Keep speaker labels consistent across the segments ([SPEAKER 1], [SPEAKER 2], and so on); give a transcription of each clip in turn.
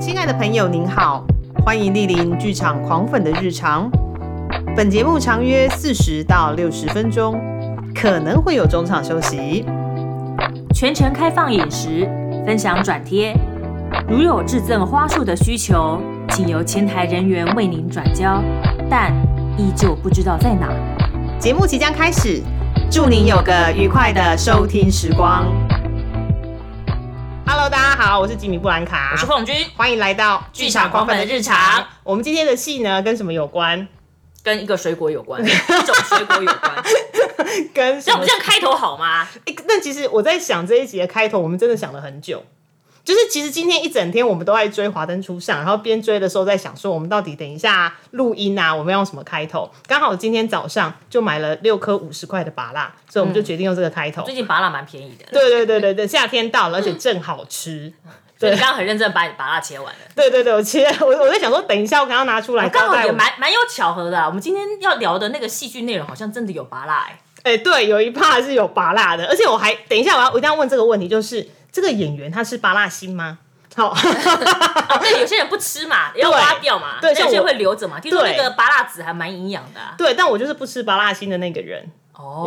[SPEAKER 1] 亲爱的朋友，您好，欢迎莅临剧场狂粉的日常。本节目长约四十到六十分钟，可能会有中场休息。
[SPEAKER 2] 全程开放饮食，分享转贴。如有致赠花束的需求，请由前台人员为您转交，但依旧不知道在哪。
[SPEAKER 1] 节目即将开始，祝您有个愉快的收听时光。Hello，大家好，我是吉米布兰卡，
[SPEAKER 2] 我是凤君，
[SPEAKER 1] 欢迎来到
[SPEAKER 2] 剧场狂粉的日常。
[SPEAKER 1] 我们今天的戏呢，跟什么有关？
[SPEAKER 2] 跟一个水果 有关，一种水果有关。
[SPEAKER 1] 跟什
[SPEAKER 2] 那我
[SPEAKER 1] 么
[SPEAKER 2] 们这样开头好吗？
[SPEAKER 1] 欸，但其实我在想这一集的开头，我们真的想了很久。就是其实今天一整天我们都在追《华灯初上》，然后边追的时候在想说，我们到底等一下录音啊，我们要用什么开头？刚好今天早上就买了六颗五十块的芭辣，所以我们就决定用这个开头。
[SPEAKER 2] 嗯最近拔蜡蛮便宜的，
[SPEAKER 1] 对对对对对，夏天到了，而且正好吃。
[SPEAKER 2] 所以你刚刚很认真地把你拔蜡切完了。
[SPEAKER 1] 对对对，我切，我我在想说，等一下我刚刚拿出来
[SPEAKER 2] 刚
[SPEAKER 1] 交
[SPEAKER 2] 好
[SPEAKER 1] 代
[SPEAKER 2] 也
[SPEAKER 1] 我们。
[SPEAKER 2] 蛮蛮有巧合的啊、我们今天要聊的那个戏剧内容好像真的有拔 蜡、欸，
[SPEAKER 1] 哎、对，有一趴是有拔辣的，而且我还等一下我要我一定要问这个问题，就是这个演员他是拔辣星吗？好。
[SPEAKER 2] 哦啊，对，有些人不吃嘛，要挖掉嘛，
[SPEAKER 1] 对
[SPEAKER 2] 那有
[SPEAKER 1] 像
[SPEAKER 2] 些
[SPEAKER 1] 我
[SPEAKER 2] 会留着嘛。听说
[SPEAKER 1] 对
[SPEAKER 2] 那个拔蜡籽还蛮营养的、啊，
[SPEAKER 1] 对，但我就是不吃拔辣星的那个人。
[SPEAKER 2] 哦，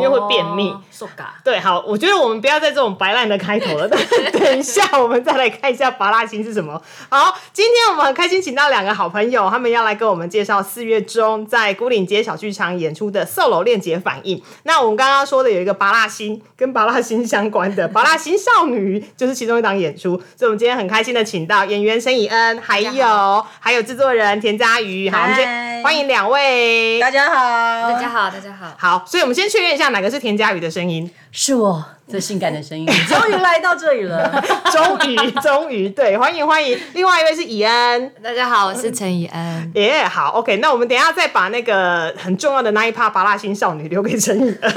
[SPEAKER 1] 因为会便秘
[SPEAKER 2] ，so ga。
[SPEAKER 1] 对，好，我觉得我们不要在这种白烂的开 头了。但等一下，我们再来看一下拔蜡星是什么。好，今天我们很开心请到两个好朋友，他们要来跟我们介绍四月中在古岭街小剧场演出的《solo 链接反应》。那我们刚刚说的有一个拔蜡星跟拔蜡星相关的拔蜡星少女，就是其中一档演出。所以我们今天很开心的请到演员申以恩，还
[SPEAKER 3] 大家
[SPEAKER 1] 有还有制作人田佳瑜。好，我们先
[SPEAKER 3] 嗨
[SPEAKER 1] 欢迎两位。
[SPEAKER 3] 大家好，
[SPEAKER 4] 大家好，大家好，
[SPEAKER 1] 好，所以我们先确认一下哪个是田佳瑜的声音。
[SPEAKER 3] 是我最性感的声音，终于来到这里 了。
[SPEAKER 1] 终于，终于，对，欢迎欢迎。另外一位是以恩，。
[SPEAKER 4] 大家好，我是陈以安
[SPEAKER 1] 耶、好，OK，那我们等一下再把那个很重要的那一趴拔蜡星少女留给陈以恩。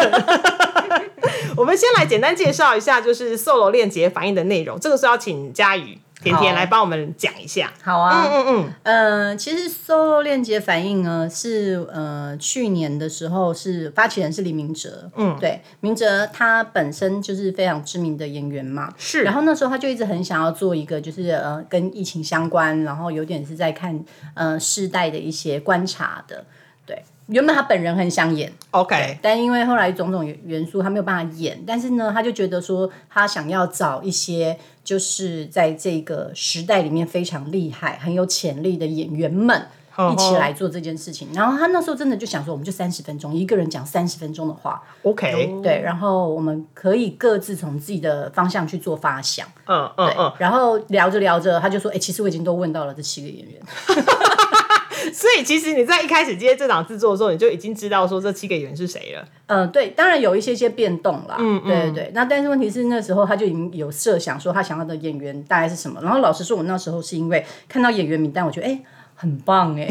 [SPEAKER 1] 我们先来简单介绍一下，就是 solo 链接反应的内容。这个是要请佳宇、甜甜
[SPEAKER 3] 好
[SPEAKER 1] 来帮我们讲一下。
[SPEAKER 3] 好啊，
[SPEAKER 1] 嗯嗯，
[SPEAKER 3] 呃，其实 solo 链接反应呢是呃去年的时候是发起人是李明哲，嗯，对，明哲他本身就是非常知名的演员嘛，
[SPEAKER 1] 是
[SPEAKER 3] 然后那时候他就一直很想要做一个就是呃跟疫情相关，然后有点是在看呃世代的一些观察的，对，原本他本人很想演，
[SPEAKER 1] ，OK，
[SPEAKER 3] 但因为后来种种元素，他没有办法演，但是呢，他就觉得说，他想要找一些就是在这个时代里面非常厉害、很有潜力的演员们。一起来做这件事情，然后他那时候真的就想说，我们就三十分钟，一个人讲三十分钟的话，
[SPEAKER 1] ，OK，
[SPEAKER 3] 对，然后我们可以各自从自己的方向去做发想，
[SPEAKER 1] 嗯嗯嗯。
[SPEAKER 3] 然后聊着聊着，他就说，哎、其实我已经都问到了这七个演员，
[SPEAKER 1] 所以其实你在一开始接这档制作的时候，你就已经知道说这七个演员是谁了。
[SPEAKER 3] 嗯，对，当然有一些些变动啦，嗯对对对。那但是问题是那时候他就已经有设想说他想要的演员大概是什么。然后老实说，我那时候是因为看到演员名单，我觉得哎、很棒 哎、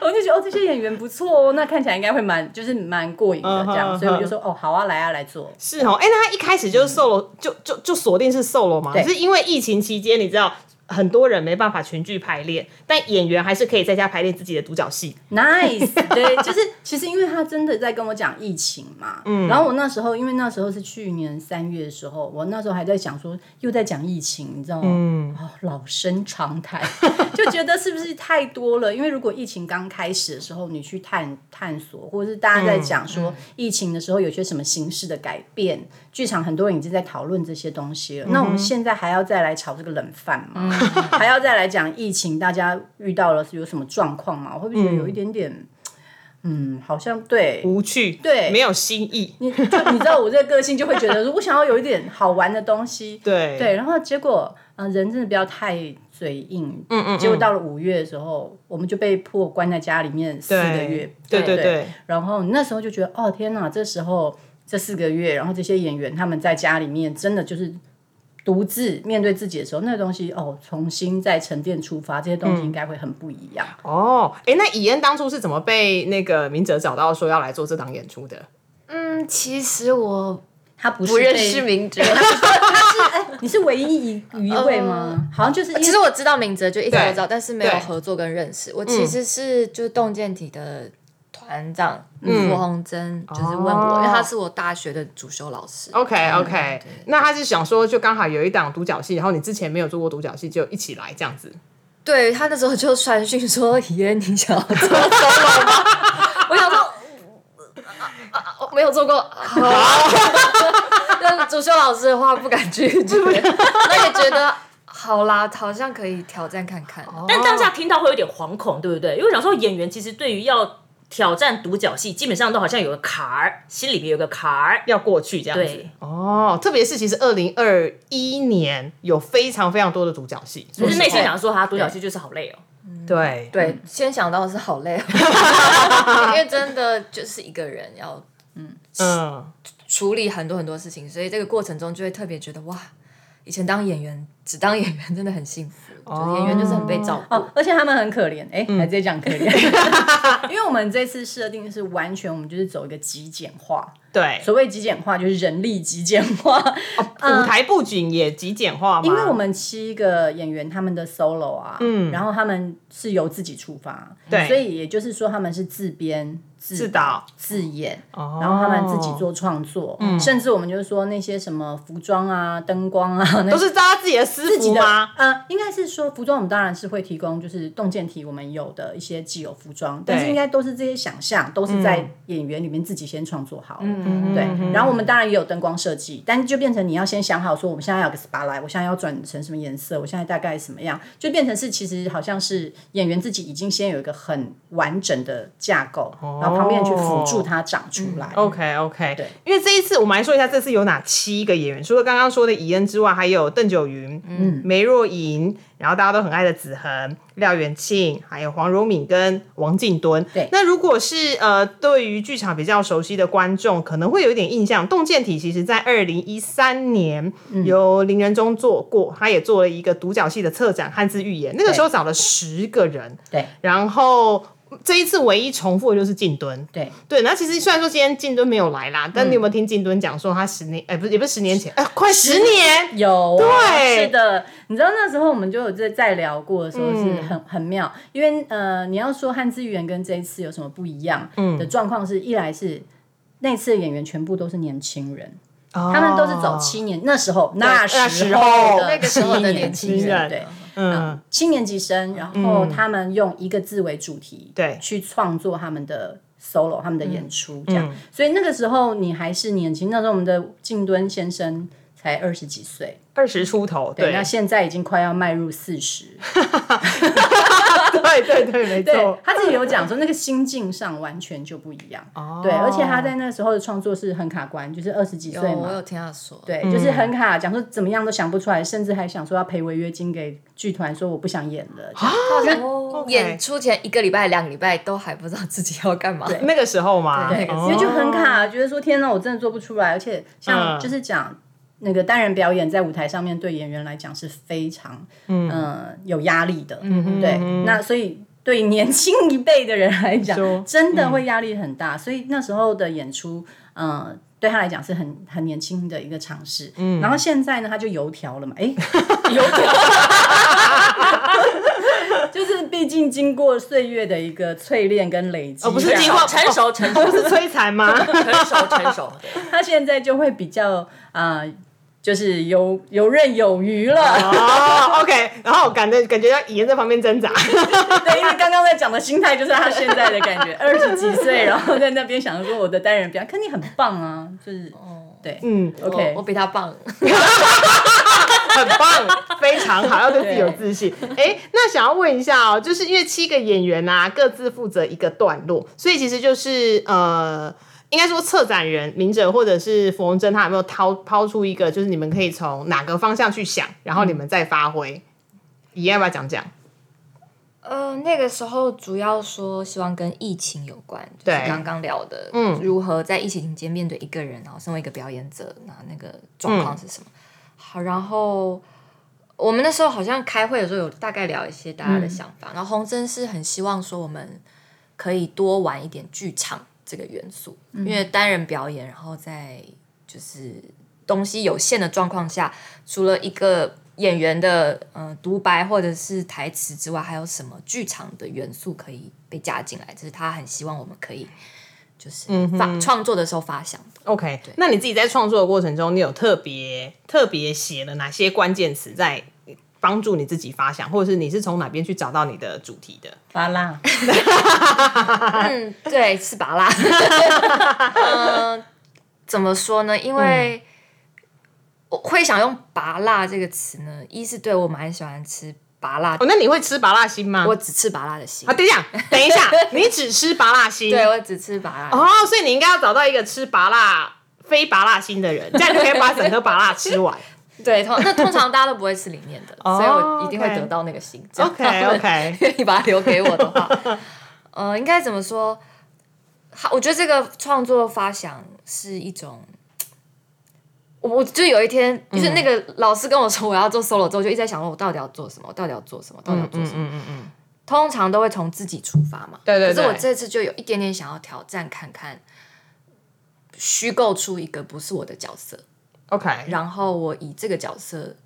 [SPEAKER 3] 我就觉得哦这些演员不错哦，那看起来应该会蛮就是蛮过瘾的这
[SPEAKER 1] 嗯
[SPEAKER 3] 样，
[SPEAKER 1] 哼
[SPEAKER 3] 所以我就说哦好啊来啊来做。
[SPEAKER 1] 是哦，哎、那他一开始就是 solo，、就就就锁定是 solo 吗？
[SPEAKER 3] 嗯对
[SPEAKER 1] 是因为疫情期间，你知道很多人没办法群聚排练，但演员还是可以在家排练自己的独角戏。
[SPEAKER 3] Nice，对，就是其实因为他真的在跟我讲疫情嘛，嗯，然后我那时候因为那时候是去年三月的时候，我那时候还在想说又在讲疫情，你知道吗？嗯，哦，老生常谈， 就觉得是不是太多了？因为如果疫情刚开始的时候，你去探探索，或者是大家在讲说疫情的时候有些什么形式的改变，剧场很多人已经在讨论这些东西了。那我们现在还要再来炒这个冷饭吗？ 还要再来讲疫情，大家遇到了是有什么状况吗？我会不会觉得有一点点，嗯好像对。
[SPEAKER 1] 无趣，
[SPEAKER 3] 对
[SPEAKER 1] 没有新意，
[SPEAKER 3] 你就你知道我这个个性就会觉得，我想要有一点好玩的东西，
[SPEAKER 1] 对
[SPEAKER 3] 对，然后结果，嗯、人真的不要太嘴硬，嗯嗯结果到了五月的时候，我们就被迫关在家里面四个月，
[SPEAKER 1] 对对
[SPEAKER 3] 对
[SPEAKER 1] 对，
[SPEAKER 3] 然后那时候就觉得，哦天哪，这时候这四个月，然后这些演员他们在家里面真的就是独自面对自己的时候，那个东西哦，重新再沉淀出发，这些东西应该会很不一样。
[SPEAKER 1] 哦，哎、那以恩当初是怎么被那个明哲找到说要来做这档演出的？
[SPEAKER 4] 嗯，其实我
[SPEAKER 3] 他不是
[SPEAKER 4] 不认
[SPEAKER 3] 被
[SPEAKER 4] 识，明哲，
[SPEAKER 3] 你是唯一一一位吗？好像就是因 为
[SPEAKER 4] 其实我知道明哲就一直都知道，但是没有
[SPEAKER 1] 对
[SPEAKER 4] 合作跟认识。我其实是就是动健体的团团长傅红珍就是问我，因为他是我大学的主修老师。
[SPEAKER 1] OK
[SPEAKER 3] 嗯
[SPEAKER 1] OK，那他是想说，就刚好有一档独角戏，然后你之前没有做过独角戏，就一起来这样子。
[SPEAKER 4] 对他那时候就传讯说：“爷，你想要做中文吗？”我想说，啊啊啊我没有做过。 好，但主修老师的话不敢拒绝， 那也觉得好啦，好像可以挑战看看。
[SPEAKER 3] 哦
[SPEAKER 2] 但当下听到会有点惶恐，对不对？因为我想说演员其实对于要挑战独角戏，基本上都好像有个坎儿，心里面有个坎儿。
[SPEAKER 1] 要过去这样子
[SPEAKER 2] 对
[SPEAKER 1] 哦，特别是其实二零二一年有非常非常多的独角戏，
[SPEAKER 2] 可是内心
[SPEAKER 4] 对
[SPEAKER 2] 想说，他独角戏就是好累哦。
[SPEAKER 3] 嗯
[SPEAKER 1] 对
[SPEAKER 4] 对，先想到的是好累哦，哦因 为真的就是一个人要
[SPEAKER 1] 嗯，
[SPEAKER 4] 处理很多很多事情，所以这个过程中就会特别觉得哇，以前当演员只当演员真的很幸福，就是演员就是很被照顾。
[SPEAKER 3] 哦，而且他们很可怜，哎、
[SPEAKER 1] 嗯
[SPEAKER 3] 还在讲可怜， 因为我们这次设定是完全，我们就是走一个极简化。
[SPEAKER 1] 对，
[SPEAKER 3] 所谓极简化，就是人力极简化，
[SPEAKER 1] 舞台布景也极简化嘛，
[SPEAKER 3] 嗯因为我们七个演员他们的 solo 啊，然后他们是由自己出发，
[SPEAKER 1] 嗯对
[SPEAKER 3] 所以也就是说他们是自编、自
[SPEAKER 1] 自导、哦嗯
[SPEAKER 3] 自演，然后他们自己做创作，甚至我们就是说那些什么服装啊、灯光 啊，那
[SPEAKER 1] 都是扎自己的私
[SPEAKER 3] 自己
[SPEAKER 1] 服
[SPEAKER 3] 的
[SPEAKER 1] 吗？？
[SPEAKER 3] 呃，应该是说服装，我们当然是会提供，就是洞见体我们有的一些既有服装，但是应该都是这些想象，都是在演员里面自己先创作好。嗯，对。然后我们当然也有灯光设计，但就变成你要先想好，说我们现在要有个 SPA 来，我现在要转成什么颜色，我现在大概什么样，就变成是其实好像是演员自己已经先有一个很完整的架构，然后旁边去辅助它长出来。
[SPEAKER 1] OK OK，对，因为这一次我们来说一下，这次有哪七个演员？除了刚刚说的怡恩之外，还有邓九云、嗯，梅若莹，然后大家都很爱的子恒、廖元庆，还有黄荣敏跟王静敦。
[SPEAKER 3] 对
[SPEAKER 1] 那如果是呃，对于剧场比较熟悉的观众，可能会有一点印象。洞见体其实在二零一三年、由林仁忠做过，他也做了一个独角戏的策展《汉字预言》，那个时候找了十个人，
[SPEAKER 3] 对
[SPEAKER 1] 然后。这一次唯一重复的就是静敦，
[SPEAKER 3] 对，
[SPEAKER 1] 对，那其实虽然说今天静敦没有来啦，但你有没有听静敦讲说他十年，哎、不是也不是十年前，哎、快嗯十年，
[SPEAKER 3] 有，
[SPEAKER 1] 对
[SPEAKER 3] 是的，你知道那时候我们就有在在聊过的时候
[SPEAKER 4] 嗯
[SPEAKER 3] 是很、很妙，因为呃，你要说汉字语言跟这一次有什么不一样
[SPEAKER 4] 嗯
[SPEAKER 3] 的状况是，一来是那次的演员全部都是年轻人，
[SPEAKER 4] 哦
[SPEAKER 1] 哦
[SPEAKER 3] 他们都是走七年，那时候那
[SPEAKER 1] 那时
[SPEAKER 3] 时
[SPEAKER 1] 候
[SPEAKER 3] 候
[SPEAKER 1] 那
[SPEAKER 4] 个时候的
[SPEAKER 3] 七
[SPEAKER 4] 年轻
[SPEAKER 1] 人
[SPEAKER 3] 对。
[SPEAKER 1] 嗯，
[SPEAKER 3] 青年级生，然后他们用一个字为主
[SPEAKER 4] 嗯
[SPEAKER 3] 题，
[SPEAKER 1] 对
[SPEAKER 3] 去创作他们的 solo，他们的演出这样。
[SPEAKER 4] 嗯
[SPEAKER 3] 所以那个时候你还是年轻，那时候我们的静敦先生才二十几岁，
[SPEAKER 1] 二十出头，对，
[SPEAKER 3] 对， 那现在已经快要迈入四十。
[SPEAKER 1] 对对对，没
[SPEAKER 3] 对
[SPEAKER 1] 错，，
[SPEAKER 3] 他自己有讲说，那个心境上完全就不一样。
[SPEAKER 1] 哦
[SPEAKER 3] 对，而且他在那时候的创作是很卡关，就是二十几
[SPEAKER 4] 有，
[SPEAKER 3] 岁
[SPEAKER 4] 我
[SPEAKER 3] 嘛
[SPEAKER 4] 有，听他说，
[SPEAKER 3] 对，就是很卡，讲说怎么样都想不出来，甚至还想说要赔违约金给剧团，说我不想演了。这样
[SPEAKER 4] 他好像
[SPEAKER 1] OK
[SPEAKER 4] 演出前一个礼拜、两个礼拜都还不知道自己要干嘛。
[SPEAKER 1] 那个时候嘛，嗯
[SPEAKER 4] 对
[SPEAKER 3] 对，因为就很卡，觉得说天哪，我真的做不出来，而且像
[SPEAKER 1] 哦嗯
[SPEAKER 3] 就是讲。那个单人表演在舞台上面对演员来讲是非常嗯、呃有压力的，
[SPEAKER 1] 嗯
[SPEAKER 3] 对，那所以对年轻一辈的人来讲
[SPEAKER 1] 说，嗯
[SPEAKER 3] 真的会压力很大，所以那时候的演出，嗯。对他来讲是很很年轻的一个尝试，嗯，然后现在呢，他就油条了 嘛，哎，油条， 就是毕竟经过岁月的一个淬炼跟累积，
[SPEAKER 1] 哦不是
[SPEAKER 3] 这样
[SPEAKER 1] 经过
[SPEAKER 2] 啊成熟成熟
[SPEAKER 1] 不是摧残吗？
[SPEAKER 2] 成熟成熟， 对
[SPEAKER 3] 他现在就会比较啊、呃就是游游刃有余了。
[SPEAKER 1] 哦，OK，然后我感觉感觉到乙在旁边挣扎，
[SPEAKER 3] 对，因为刚刚在讲的心态就是他现在的感 觉，二十几岁，然后在那边想说我的单人表演，可你很棒啊，就是对，
[SPEAKER 1] 嗯，
[SPEAKER 4] 我
[SPEAKER 3] OK
[SPEAKER 4] 我比他棒。
[SPEAKER 1] 很棒，非常好，要对自己有自信。哎、那想要问一下哦，就是因为七个演员啊，各自负责一个段落，所以其实就是呃，应该说策展人明哲或者是冯真，他有没有掏抛出一个，就是你们可以从哪个方向去想，然后你们再发挥。你要不要讲讲？
[SPEAKER 4] 呃，那个时候主要说希望跟疫情有关，就是
[SPEAKER 1] 对
[SPEAKER 4] 刚刚聊的，
[SPEAKER 1] 嗯
[SPEAKER 4] 如何在疫情间面对一个人，然后身为一个表演者，那那个状况是什么？
[SPEAKER 1] 嗯
[SPEAKER 4] 好，然后我们那时候好像开会的时候有大概聊一些大家的想
[SPEAKER 1] 嗯
[SPEAKER 4] 法，然后洪真是很希望说我们可以多玩一点剧场这个元素，
[SPEAKER 1] 嗯
[SPEAKER 4] 因为单人表演，然后在就是东西有限的状况下，除了一个演员的呃独白或者是台词之外，还有什么剧场的元素可以被加进来？这是他很希望我们可以就是
[SPEAKER 1] 嗯
[SPEAKER 4] 发创、作的时候发想的。
[SPEAKER 1] OK，那你自己在创作的过程中，你有特别特别写了哪些关键词在帮助你自己发想，或者是你是从哪边去找到你的主题的？
[SPEAKER 3] 巴拉，
[SPEAKER 1] 啊
[SPEAKER 4] 嗯，对，是拔 蜡。嗯、怎么说呢？因为、
[SPEAKER 1] 嗯
[SPEAKER 4] 我会想用“拔蜡”这个词呢，一是对我蛮喜欢吃拔蜡，
[SPEAKER 1] 哦，那你会吃拔辣心吗？
[SPEAKER 4] 我只吃拔蜡的心
[SPEAKER 1] 啊，。等一 下，等一下，你只吃拔辣心，
[SPEAKER 4] 对，我只吃拔蜡的心。
[SPEAKER 1] 哦，所以你应该要找到一个吃拔辣非拔辣心的人，这样就可以把整颗拔辣吃完。
[SPEAKER 4] 对，通那通常大家都不会吃里面的，
[SPEAKER 1] 哦
[SPEAKER 4] 所以我一定会
[SPEAKER 1] OK
[SPEAKER 4] 得到那个心。 这样
[SPEAKER 1] OK，OK
[SPEAKER 4] 愿意把它留给我的话， 呃，应该怎么说？好，我觉得这个创作发想是一种，我我就有一天，
[SPEAKER 1] 嗯
[SPEAKER 4] 就是那个老师跟我说我要做 solo 之后，我就一直在想说我到底要做什么，我到底要做什么，到底要做什么。
[SPEAKER 1] 嗯嗯，
[SPEAKER 4] 通常都会从自己出发嘛。
[SPEAKER 1] 对对对
[SPEAKER 4] 可是我这次就有一点点想要挑战看看，虚构出一个不是我的角色，
[SPEAKER 1] ，OK，
[SPEAKER 4] 然后我以这个角色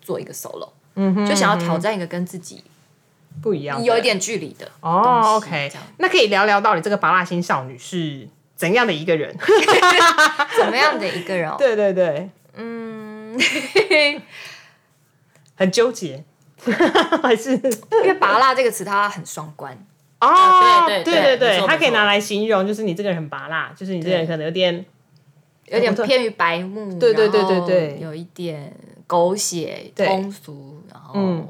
[SPEAKER 4] 做一个 solo，嗯就想要挑战一个跟自己
[SPEAKER 1] 不一样的，
[SPEAKER 4] 有一点距离的东西
[SPEAKER 1] 哦，OK，
[SPEAKER 4] 这样
[SPEAKER 1] 那可以聊聊到底这个拔辣心少女是怎样的一个 人？
[SPEAKER 4] 怎么样的一个人、 哦？
[SPEAKER 1] 对对对，
[SPEAKER 4] 对，
[SPEAKER 1] 很纠结， 还 是
[SPEAKER 4] 因为“拔蜡”这个词它很双关，
[SPEAKER 1] 哦，
[SPEAKER 3] 对对
[SPEAKER 1] 对
[SPEAKER 3] 对
[SPEAKER 1] 对
[SPEAKER 3] 没错
[SPEAKER 1] 它可以
[SPEAKER 3] 没错
[SPEAKER 1] 拿来形容，就是你这个人很拔辣，就是你这个人
[SPEAKER 4] 对
[SPEAKER 1] 可能有点
[SPEAKER 4] 有点偏于白目，
[SPEAKER 1] 对对对
[SPEAKER 4] 然后
[SPEAKER 1] 对对
[SPEAKER 4] 有一点狗血
[SPEAKER 1] 对
[SPEAKER 4] 通俗，然后
[SPEAKER 1] 嗯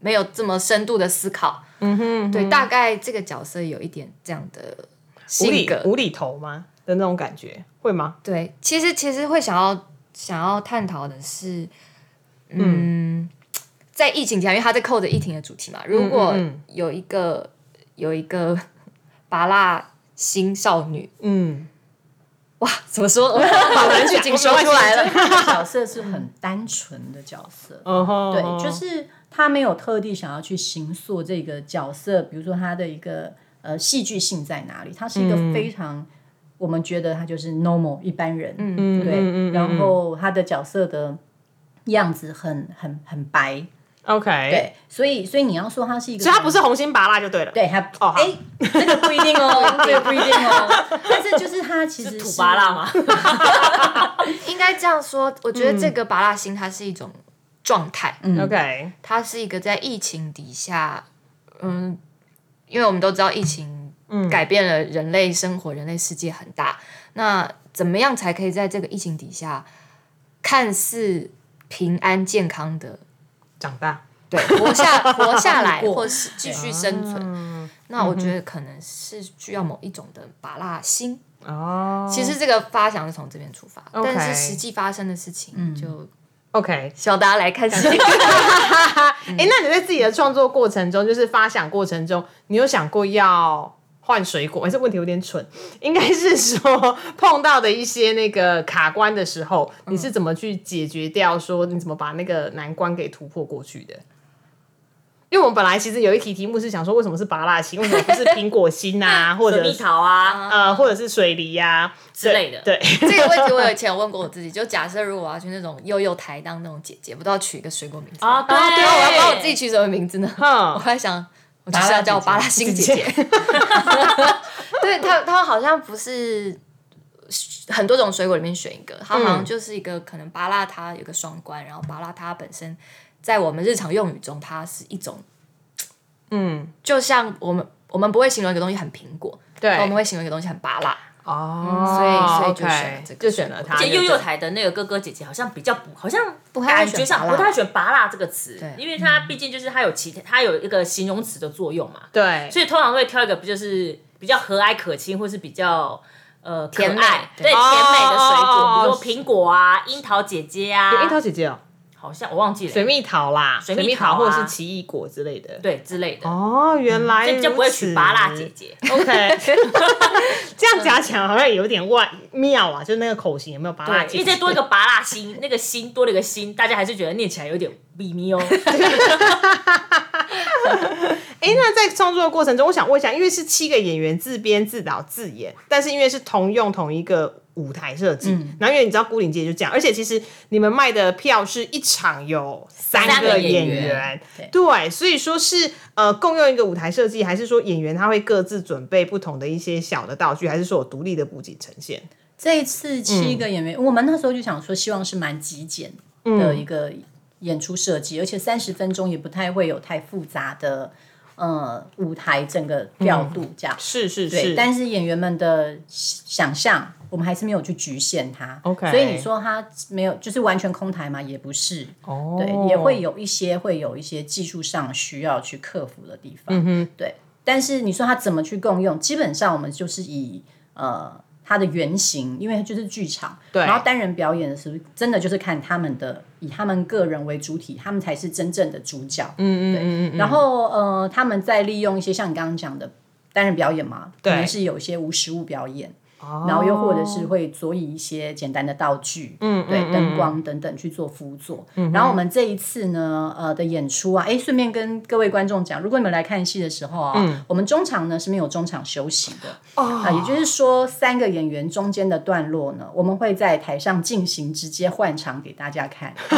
[SPEAKER 4] 没有这么深度的思考。
[SPEAKER 1] 嗯哼
[SPEAKER 4] 对，大概这个角色有一点这样的
[SPEAKER 1] 无
[SPEAKER 4] 性
[SPEAKER 1] 厘
[SPEAKER 4] 格。
[SPEAKER 1] 无厘头吗的那种感觉，会吗？
[SPEAKER 4] 对，其实其实会想要想要探讨的是，嗯，在疫情前，因为他在扣着疫情的主题嘛，如果
[SPEAKER 1] 嗯
[SPEAKER 4] 有一个有一个拔蜡新少女，
[SPEAKER 1] 嗯，
[SPEAKER 4] 哇，怎么 说？好难去
[SPEAKER 1] 讲
[SPEAKER 4] 经说出来了。
[SPEAKER 3] 这个角色是很单纯的角色，
[SPEAKER 1] 哦吼，
[SPEAKER 3] 对，就是他没有特地想要去形塑这个角色，比如说他的一个呃戏剧性在哪里，他是一个非常、我们觉得他就是 normal 一般人，嗯对，
[SPEAKER 1] 嗯嗯嗯
[SPEAKER 3] 然后他的角色的样子很很很白，
[SPEAKER 1] OK，
[SPEAKER 3] 对，所以所以你要说他是一个，
[SPEAKER 1] 所以他不是红心拔辣就对了。
[SPEAKER 3] 对，他
[SPEAKER 1] 哦好
[SPEAKER 3] 哎、这个不一 定哦，这个不一定哦，但是就是他其实是
[SPEAKER 2] 土巴辣嘛，
[SPEAKER 4] 应该这样说，我觉得这个拔蜡星它是一种状态，
[SPEAKER 3] 嗯
[SPEAKER 1] ，OK，
[SPEAKER 4] 它是一个在疫情底下，嗯，因为我们都知道疫情改变了人类生活、人类世界很大。那怎么样才可以在这个疫情底下，看似平安健康的
[SPEAKER 1] 长大，
[SPEAKER 4] 对活下活下来，
[SPEAKER 3] 过
[SPEAKER 4] 或是继续生存？那我觉得可能是需要某一种的拔蜡心。
[SPEAKER 1] 哦
[SPEAKER 4] 其实这个发想是从这边出发，
[SPEAKER 1] OK
[SPEAKER 4] 但是实际发生的事情就
[SPEAKER 1] ，OK，哎、
[SPEAKER 4] 嗯希望大家来看戏。
[SPEAKER 1] 诶那你在自己的创作过程中，就是发想过程中，你有想过要换水果？哎、这问题有点蠢，应该是说 碰到的一些那个卡关的时候，你是怎么去解决掉？说你怎么把那个难关给突破过去的？因为我们本来其实有一题题目是想说，为什么是拔蜡心，为什么不是苹果心啊，或
[SPEAKER 2] 水
[SPEAKER 1] 者
[SPEAKER 2] 蜜桃啊
[SPEAKER 1] 呃，或者是水梨呀、啊、
[SPEAKER 2] 之类的。
[SPEAKER 1] 对， 嗯
[SPEAKER 4] 这个问题我以前有问过我自己，就假设如果我要去那种幼幼台当那种姐姐，不都要取一个水果名字吗？
[SPEAKER 2] 啊，对，
[SPEAKER 4] 对啊，我要帮我自己取什么名字呢？我
[SPEAKER 2] 哦
[SPEAKER 1] 嗯，
[SPEAKER 4] 在想，我就是要叫我巴拉星姐姐。 对他，他好像不是很多种水果里面选一个，他好
[SPEAKER 1] 嗯
[SPEAKER 4] 像就是一个可能巴拉它有个双关，然后巴拉它本身在我们日常用语中，它是一种，嗯，就像我们我们不会形容一个东西很苹果，
[SPEAKER 1] 对，
[SPEAKER 4] 我们会形容一个东西很巴拉。
[SPEAKER 1] 哦，
[SPEAKER 4] 嗯所以所以就
[SPEAKER 1] OK，
[SPEAKER 4] 选了这个
[SPEAKER 1] 就选了它，
[SPEAKER 2] 而且
[SPEAKER 1] 对
[SPEAKER 2] 幼
[SPEAKER 1] 不
[SPEAKER 2] 幼
[SPEAKER 1] 对
[SPEAKER 2] 台的那个哥哥姐姐好像比较不，好像
[SPEAKER 4] 不太会
[SPEAKER 2] 感
[SPEAKER 4] 选
[SPEAKER 2] 觉上
[SPEAKER 4] 拔蜡
[SPEAKER 2] 不太选“拔蜡”这个词
[SPEAKER 4] 对，
[SPEAKER 2] 因为它毕竟就是它有其他，它有一个形容词的作用嘛，
[SPEAKER 1] 对，
[SPEAKER 2] 所以通常会挑一个不就是比较和蔼可亲，或是比较。呃，可
[SPEAKER 4] 甜美
[SPEAKER 2] 爱
[SPEAKER 4] 对
[SPEAKER 2] 对甜美的水
[SPEAKER 1] 哦
[SPEAKER 2] 果，比如说苹果啊、樱桃姐姐啊，
[SPEAKER 1] 有樱桃姐姐哦，
[SPEAKER 2] 好像我忘记
[SPEAKER 1] 水
[SPEAKER 2] 了，
[SPEAKER 1] 蜜桃啦，水
[SPEAKER 2] 蜜
[SPEAKER 1] 蜜
[SPEAKER 2] 桃啊
[SPEAKER 1] 桃或者是奇异果之类的。
[SPEAKER 2] 对之类的，
[SPEAKER 1] 哦，原来
[SPEAKER 2] 所
[SPEAKER 1] 如此
[SPEAKER 2] 以比较不会取拔蜡姐。姐。
[SPEAKER 1] OK，这样讲起来好像有点外妙啊，就是那个口型有没有拔蜡
[SPEAKER 2] 对，
[SPEAKER 1] 姐
[SPEAKER 2] 因
[SPEAKER 1] 姐？
[SPEAKER 2] 为再多一个拔蜡心，那个心多了一个心，大家还是觉得念起来有点咪咪哦。
[SPEAKER 1] 哎、那在创作的过程中，我想问一下，因为是七个演员自编、自导、自演，但是因为是同用同一个舞台设计。然后因为你知道孤岭街就这样，而且其实你们卖的票是一场有三
[SPEAKER 4] 三
[SPEAKER 1] 个
[SPEAKER 4] 个
[SPEAKER 1] 演
[SPEAKER 4] 演
[SPEAKER 1] 员，
[SPEAKER 3] 员
[SPEAKER 1] 对，所以说是呃共用一个舞台设计，还是说演员他会各自准备不同的一些小的道具，还是说有独立的布景呈现？
[SPEAKER 3] 这一次七
[SPEAKER 1] 嗯
[SPEAKER 3] 个演员，我们那时候就想说，希望是蛮极简的
[SPEAKER 1] 嗯
[SPEAKER 3] 一个演出设计，而且三十分钟也不太会有太复杂的呃舞台整个调度这样。
[SPEAKER 1] 是是
[SPEAKER 3] 对，
[SPEAKER 1] 是，
[SPEAKER 3] 但是演员们的想象，我们还是没有去局限它。
[SPEAKER 1] OK
[SPEAKER 3] 所以你说它没有，就是完全空台嘛，也不是。
[SPEAKER 1] 哦
[SPEAKER 3] 对，也会有一些会有一些技术上需要去克服的地方。对。但是你说它怎么去共用，基本上我们就是以呃它的原型，因为它就是剧场，
[SPEAKER 1] 对
[SPEAKER 3] 然后单人表演的时候，真的就是看他们的以他们个人为主体，他们才是真正的主角。嗯嗯嗯然后呃，他们再利用一些像你刚刚讲的单人表演嘛，可能是有一些无实物表演。然后又或者是会佐以一些简单的道具，哦嗯，对，灯光等等去做辅佐。然后我们这一次呢，呃的演出啊，哎，顺便跟各位观众讲，如果你们来看戏的时候啊，我们中场呢是没有中场休息的，啊、也就是说三个演员中间的段落呢，我们会在台上进行直接换场给大家看。对，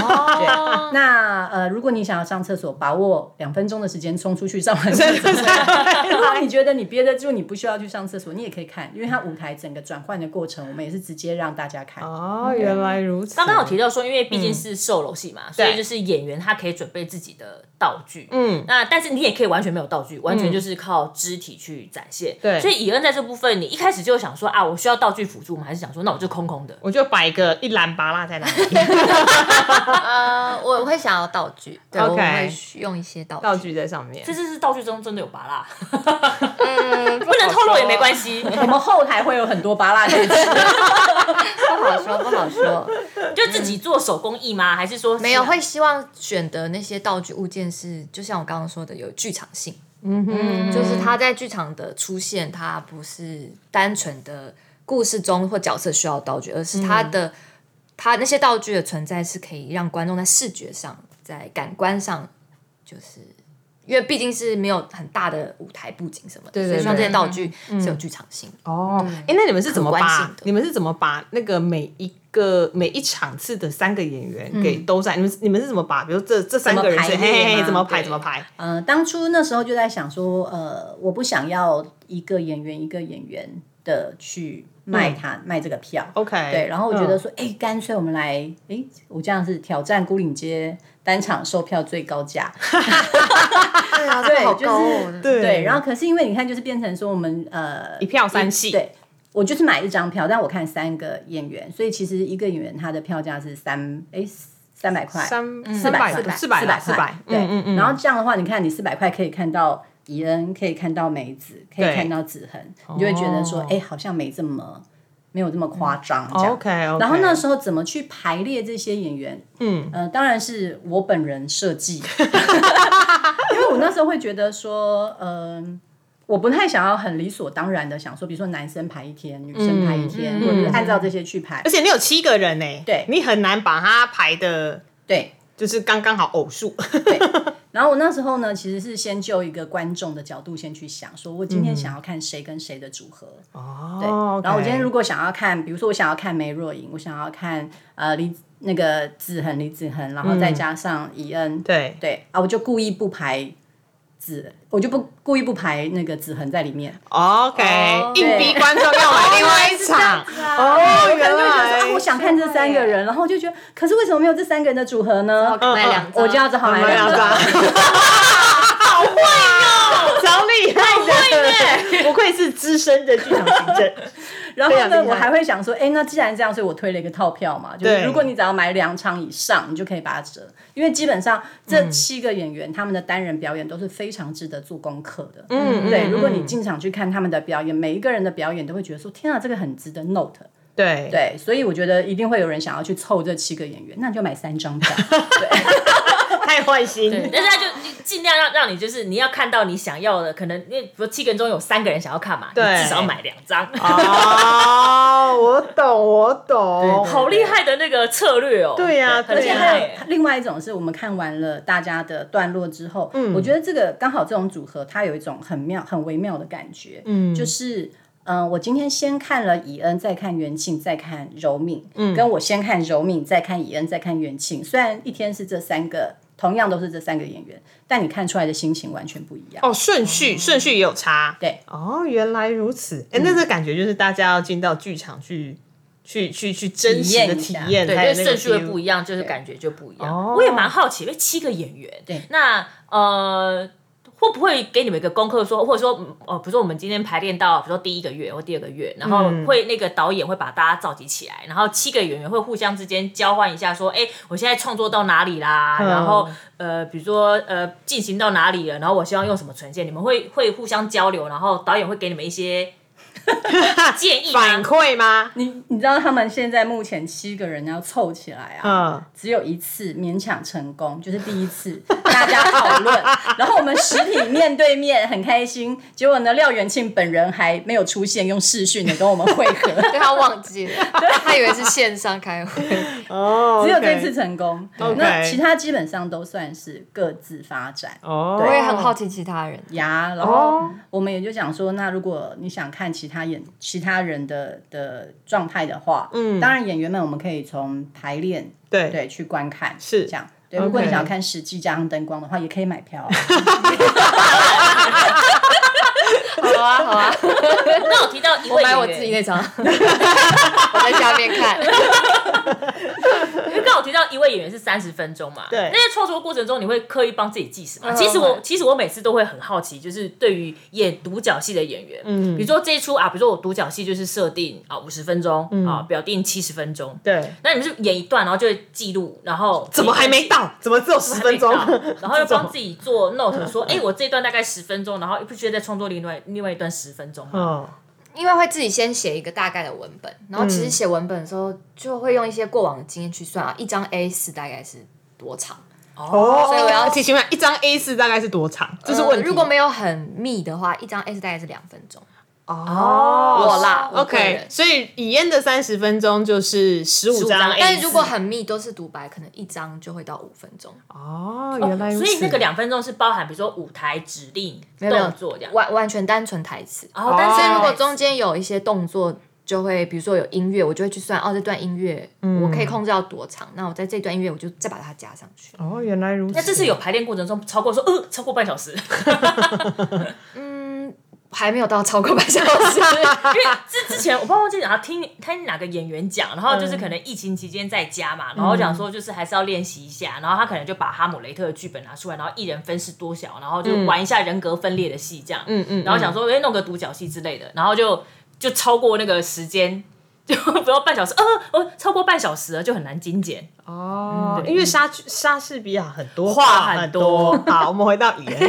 [SPEAKER 3] 那呃，如果你想要上厕所，把握两分钟的时间冲出去上完厕 所。 如果你觉得你憋得住，你不需要去上厕所，你也可以看，因为它舞台整个转换的过程，我们也是直接让大家看。
[SPEAKER 1] 哦，原来如此。
[SPEAKER 2] 刚刚有提到说，因为毕竟是售楼戏嘛，所以就是演员他可以准备自己的道具，嗯，那但是你也可以完全没有道具，完全就是靠肢体去展现。对所以以恩在这部分，你一开始就想说啊，我需要道具辅助吗？还是想说那我就空空的？
[SPEAKER 1] 我就摆一个一篮拔蜡在那里，
[SPEAKER 4] 呃，我会想要道具，对
[SPEAKER 1] OK
[SPEAKER 4] 我会用一些道具。
[SPEAKER 1] 道具在上面
[SPEAKER 2] 这。就是道具中真的有拔蜡，
[SPEAKER 4] 嗯，不
[SPEAKER 2] 不能透露也没关系，
[SPEAKER 3] 我们后台会有很多巴拉可 以吃，
[SPEAKER 4] 不好说，不好说。
[SPEAKER 2] 就自己做手工艺吗？还是说
[SPEAKER 4] 没有，会希望选的那些道具物件是，就像我刚刚说的，有剧场性。嗯哼，就是他在剧场的出现，他不是单纯的故事中或角色需要道具，而是他的、他那些道具的存在是可以让观众在视觉上、在感官上，就是因为毕竟是没有很大的舞台布景什么的，
[SPEAKER 1] 对对
[SPEAKER 4] 所以希望这些
[SPEAKER 1] 对
[SPEAKER 4] 道具是有剧场性的。
[SPEAKER 1] 哦，
[SPEAKER 3] 嗯
[SPEAKER 1] 哎、那你们是怎么
[SPEAKER 4] 可观
[SPEAKER 1] 把
[SPEAKER 4] 性的
[SPEAKER 1] 你们是怎么把那个每一个每一场次的三个演员给都在？你们你们是怎么把，比如这这三个人是
[SPEAKER 3] 嗯怎么排
[SPEAKER 1] 嘿
[SPEAKER 3] 列
[SPEAKER 1] 嘿嘿
[SPEAKER 3] 吗
[SPEAKER 1] 怎么排
[SPEAKER 3] 对
[SPEAKER 1] 怎么排？
[SPEAKER 3] 呃，当初那时候就在想说，呃，我不想要一个演员一个演员的去卖它、卖这个票。
[SPEAKER 1] OK，
[SPEAKER 3] 对，然后我觉得
[SPEAKER 1] 嗯
[SPEAKER 3] 说，哎、干、脆我们来，哎，我这样是挑战孤岭街单场售票最 高价。
[SPEAKER 4] 对啊，
[SPEAKER 3] 对
[SPEAKER 4] 好
[SPEAKER 3] 就是
[SPEAKER 4] 高哦。
[SPEAKER 1] 对
[SPEAKER 3] 对，然后可是因为你看，就是变成说我们呃
[SPEAKER 1] 一票三戏，
[SPEAKER 3] 对，我就是买一张票，但我看三个演员，所以其实一个演员他的票价是三哎三百块，
[SPEAKER 1] 三
[SPEAKER 3] 嗯四
[SPEAKER 1] 三
[SPEAKER 3] 百
[SPEAKER 1] 百四
[SPEAKER 3] 四
[SPEAKER 1] 百
[SPEAKER 3] 百
[SPEAKER 1] 啦
[SPEAKER 3] 块
[SPEAKER 1] 四百，
[SPEAKER 3] 对，
[SPEAKER 1] 嗯嗯嗯，
[SPEAKER 3] 然后这样的话，你看你四百块可以看到怡恩，可以看到梅子，可
[SPEAKER 1] 对哦
[SPEAKER 3] 以看到子恒，你就会觉得说，哎、好像没这么没有这么夸张
[SPEAKER 1] 嗯
[SPEAKER 3] 这样。
[SPEAKER 1] OK OK，
[SPEAKER 3] 然后那时候怎么去排列这些演员？嗯，呃，当然是我本人设计， 因为我那时候会觉得说，嗯、我不太想要很理所当然的想说，比如说男生排一天，女生排一
[SPEAKER 1] 嗯
[SPEAKER 3] 天，或者是按照这些去排
[SPEAKER 1] 而。且你有七个人呢、
[SPEAKER 3] 对
[SPEAKER 1] 你很难把它排的，
[SPEAKER 3] 对，
[SPEAKER 1] 就是刚刚好偶数，
[SPEAKER 3] 然后我那时候呢，其实是先就一个观众的角度先去想，说我今天想要看谁跟谁的组合。对，
[SPEAKER 1] 哦
[SPEAKER 3] 然后我今天如
[SPEAKER 1] 果
[SPEAKER 3] 果想要看，比如说我想要看梅若莹，我想要看呃李那个子恒李子恒，然后
[SPEAKER 1] 嗯
[SPEAKER 3] 再加上怡恩，
[SPEAKER 1] 对
[SPEAKER 3] 对啊，我就故意不排子，我就不故意不排那个子恒在里面。
[SPEAKER 1] OK，、
[SPEAKER 4] 哦
[SPEAKER 1] 硬逼观众要买另外一 场，
[SPEAKER 2] 啊
[SPEAKER 1] 哦，
[SPEAKER 3] 可
[SPEAKER 1] 原
[SPEAKER 3] 能就会觉得
[SPEAKER 1] 来
[SPEAKER 3] 说啊，我想看这三个人，然后我就觉得，可是为什么没有这三个人的组合呢？
[SPEAKER 4] 哦我买两张，
[SPEAKER 3] 我就要只好买
[SPEAKER 1] 买两啊
[SPEAKER 3] 两
[SPEAKER 1] 张，
[SPEAKER 3] 张。
[SPEAKER 1] 好会哦，超厉害的，不愧是资深的剧场行政，
[SPEAKER 3] 然
[SPEAKER 1] 非
[SPEAKER 3] 后
[SPEAKER 1] 常
[SPEAKER 3] 呢，
[SPEAKER 1] 啊厉
[SPEAKER 3] 我
[SPEAKER 1] 害
[SPEAKER 3] 还会想说，哎，那既然这样，所以我推了一个套票嘛，就
[SPEAKER 1] 对
[SPEAKER 3] 是如果你只要买两场以上，你就可以把它折，因为基本上这
[SPEAKER 1] 嗯
[SPEAKER 3] 七个演员、他们的单人表演都是非常值得做功课的。嗯，对，如果你进场去看他们的表演，每一个人的表演都会觉得说，天啊，这个很值得 note。
[SPEAKER 1] 对
[SPEAKER 3] 对，所以我觉得一定会有人想要去凑这七个演员，那你就买三张票。
[SPEAKER 1] 太换心，
[SPEAKER 2] 对，但是他就尽量让让你就是你要看到你想要的，可能因为比如七个人中有三个人想要看嘛，你
[SPEAKER 1] 对
[SPEAKER 2] 至少买两张，
[SPEAKER 1] 哦，我懂，我懂，
[SPEAKER 2] 好厉害的那个策略哦。
[SPEAKER 1] 对呀、对啊
[SPEAKER 2] 很
[SPEAKER 3] 而且
[SPEAKER 1] 呀、
[SPEAKER 3] 还有另外一种是我们看完了大家的段落之后，我觉得这个刚好这种组合，它有一种很妙、很微妙的感觉，嗯，就是嗯、我今天先看了以恩，再看元庆，再看柔敏，嗯，跟我先看柔敏，再看以恩，再看元庆。虽然一天是这三个，同样都是这三个演员，但你看出来的心情完全不一样。
[SPEAKER 1] 哦，顺序顺序也有差。
[SPEAKER 3] 对，
[SPEAKER 1] 哦，原来如此。哎、那这感觉就是大家要进到剧场去，去去去真实的体
[SPEAKER 3] 体验一下
[SPEAKER 1] 验，
[SPEAKER 3] 对
[SPEAKER 1] 还
[SPEAKER 2] 对，
[SPEAKER 1] 有
[SPEAKER 2] 就
[SPEAKER 1] 那
[SPEAKER 2] 是
[SPEAKER 1] 个
[SPEAKER 2] 顺序会
[SPEAKER 1] feel
[SPEAKER 2] 不一样，就是感觉就不一
[SPEAKER 1] 哦
[SPEAKER 2] 样。我也蛮好奇，因为七个演员，
[SPEAKER 3] 对
[SPEAKER 2] 那呃。会不会给你们一个功课说，或者说，嗯呃，比如说我们今天排练到，比如说第一个月或第二个月，然后
[SPEAKER 1] 嗯
[SPEAKER 2] 会那个导演会把大家召集起来，然后七个演员会互相之间交换一下，说，哎、我现在创作到哪里啦？
[SPEAKER 1] 嗯
[SPEAKER 2] 然后呃，比如说呃，进行到哪里了？然后我希望用什么呈现？你们会会互相交流，然后导演会给你们 一些建议吗
[SPEAKER 1] 反馈吗？
[SPEAKER 3] 你你知道他们现在目前七个人要凑起来啊，
[SPEAKER 1] 嗯，
[SPEAKER 3] 只有一次勉强成功，就是第一次 大家讨论， 然后我们实体面对面很开心，结果呢廖元庆本人还没有出现，用视讯的跟我们会 合，
[SPEAKER 4] 对他忘记 了，他以为是线上开会。
[SPEAKER 1] 哦，
[SPEAKER 3] 只有
[SPEAKER 1] OK
[SPEAKER 3] 这次成功。
[SPEAKER 1] OK
[SPEAKER 3] 那其他基本上都算是各自发展。
[SPEAKER 1] 哦，
[SPEAKER 4] 我也很好奇其他人，
[SPEAKER 3] 呀，然后
[SPEAKER 1] 哦
[SPEAKER 3] 我们也就讲说，那如果你想看其他演其他人的的状态的话，嗯，当然演员们我们可以从排练
[SPEAKER 1] 对
[SPEAKER 3] 对去观看，
[SPEAKER 1] 是
[SPEAKER 3] 这样。对，如果你
[SPEAKER 1] OK
[SPEAKER 3] 想要看实际加上灯光的话，也可以买票啊。
[SPEAKER 4] 好啊好啊，
[SPEAKER 2] 那我提到一
[SPEAKER 4] 我
[SPEAKER 2] 位
[SPEAKER 4] 买
[SPEAKER 2] 演
[SPEAKER 4] 我
[SPEAKER 2] 员
[SPEAKER 4] 自己那张，我在下面看。
[SPEAKER 2] 因为刚好提到一位演员是三十分钟嘛，
[SPEAKER 1] 对
[SPEAKER 2] 那在创作过程中，你会刻意帮自己计时吗？
[SPEAKER 4] 嗯
[SPEAKER 2] 其实我
[SPEAKER 4] 会
[SPEAKER 2] 其实我每次都会很好奇，就是对于演独角戏的演员，嗯，比如说这一出啊，比如说我独角戏就是设定啊五十分钟、啊，表定七十分钟，
[SPEAKER 1] 嗯对，
[SPEAKER 2] 那你们是演一段，然后就会记录，然后
[SPEAKER 1] 怎么还没到？怎么只有
[SPEAKER 2] 怎
[SPEAKER 1] 十
[SPEAKER 2] 么还
[SPEAKER 1] 分
[SPEAKER 2] 没到？
[SPEAKER 1] 钟？
[SPEAKER 2] 然后又帮
[SPEAKER 1] 己，
[SPEAKER 2] 自己做 note，说，哎、我这一段大概十分钟，然后不需要再创作另外另外一段十分钟吗？
[SPEAKER 1] 嗯，
[SPEAKER 4] 因为会自己先写一个大概的文本，然后
[SPEAKER 1] 嗯
[SPEAKER 4] 其实写文本的时候就会用一些过往的经验去算啊，一张 A 四大概是多长？
[SPEAKER 1] 哦，
[SPEAKER 4] 所以我要
[SPEAKER 1] 提醒一下，一张 A 四大概是多长？这是问
[SPEAKER 4] 呃
[SPEAKER 1] 题。
[SPEAKER 4] 如果没有很密的话，一张 A 四大概是两分钟。
[SPEAKER 1] 哦
[SPEAKER 4] 我啦我个
[SPEAKER 1] OK，
[SPEAKER 4] 人
[SPEAKER 1] 所以以燕的三十分钟就是十五张 A 四，
[SPEAKER 4] 但是如果很密都是独白，可能一张就会到五分钟。
[SPEAKER 1] 哦，原来如此，
[SPEAKER 2] 所以那个两分钟是包含，比如说舞台指令、
[SPEAKER 4] 没有没有
[SPEAKER 2] 动作这样。
[SPEAKER 4] 完完全单纯台词。
[SPEAKER 2] 然后，但
[SPEAKER 1] 哦
[SPEAKER 4] 所
[SPEAKER 2] 是
[SPEAKER 4] 以如果
[SPEAKER 2] 中
[SPEAKER 4] 中间有一些动作，就会比如说有音乐，我就会去算哦，这段音乐我
[SPEAKER 1] 嗯
[SPEAKER 4] 可以控制到多长，那我在这段音乐我就再把它加上去。
[SPEAKER 1] 哦，原来如此，
[SPEAKER 2] 那这 次有排练过程中超过说呃超过半小时，因
[SPEAKER 4] 还没有到超过半小时，
[SPEAKER 2] 为之之前我不知道忘记讲，他听听哪个演员讲，然后
[SPEAKER 1] 嗯
[SPEAKER 2] 就是可能疫情期间在家嘛，然后讲说就是还是要练习一下，然后他可能就把哈姆雷特的剧本拿出来，然后一人分饰多角，然后就玩一下人格分裂的戏这样，嗯
[SPEAKER 1] 嗯嗯
[SPEAKER 2] 然后想说哎、弄个独角戏之类的，然后就就 超过那个时间。就不要半小时，呃，呃，超过半小时了就很难精简。
[SPEAKER 1] 哦，因为莎剧莎士比亚很多
[SPEAKER 2] 话
[SPEAKER 1] 很
[SPEAKER 2] 很多
[SPEAKER 1] 好，我们回到以燕，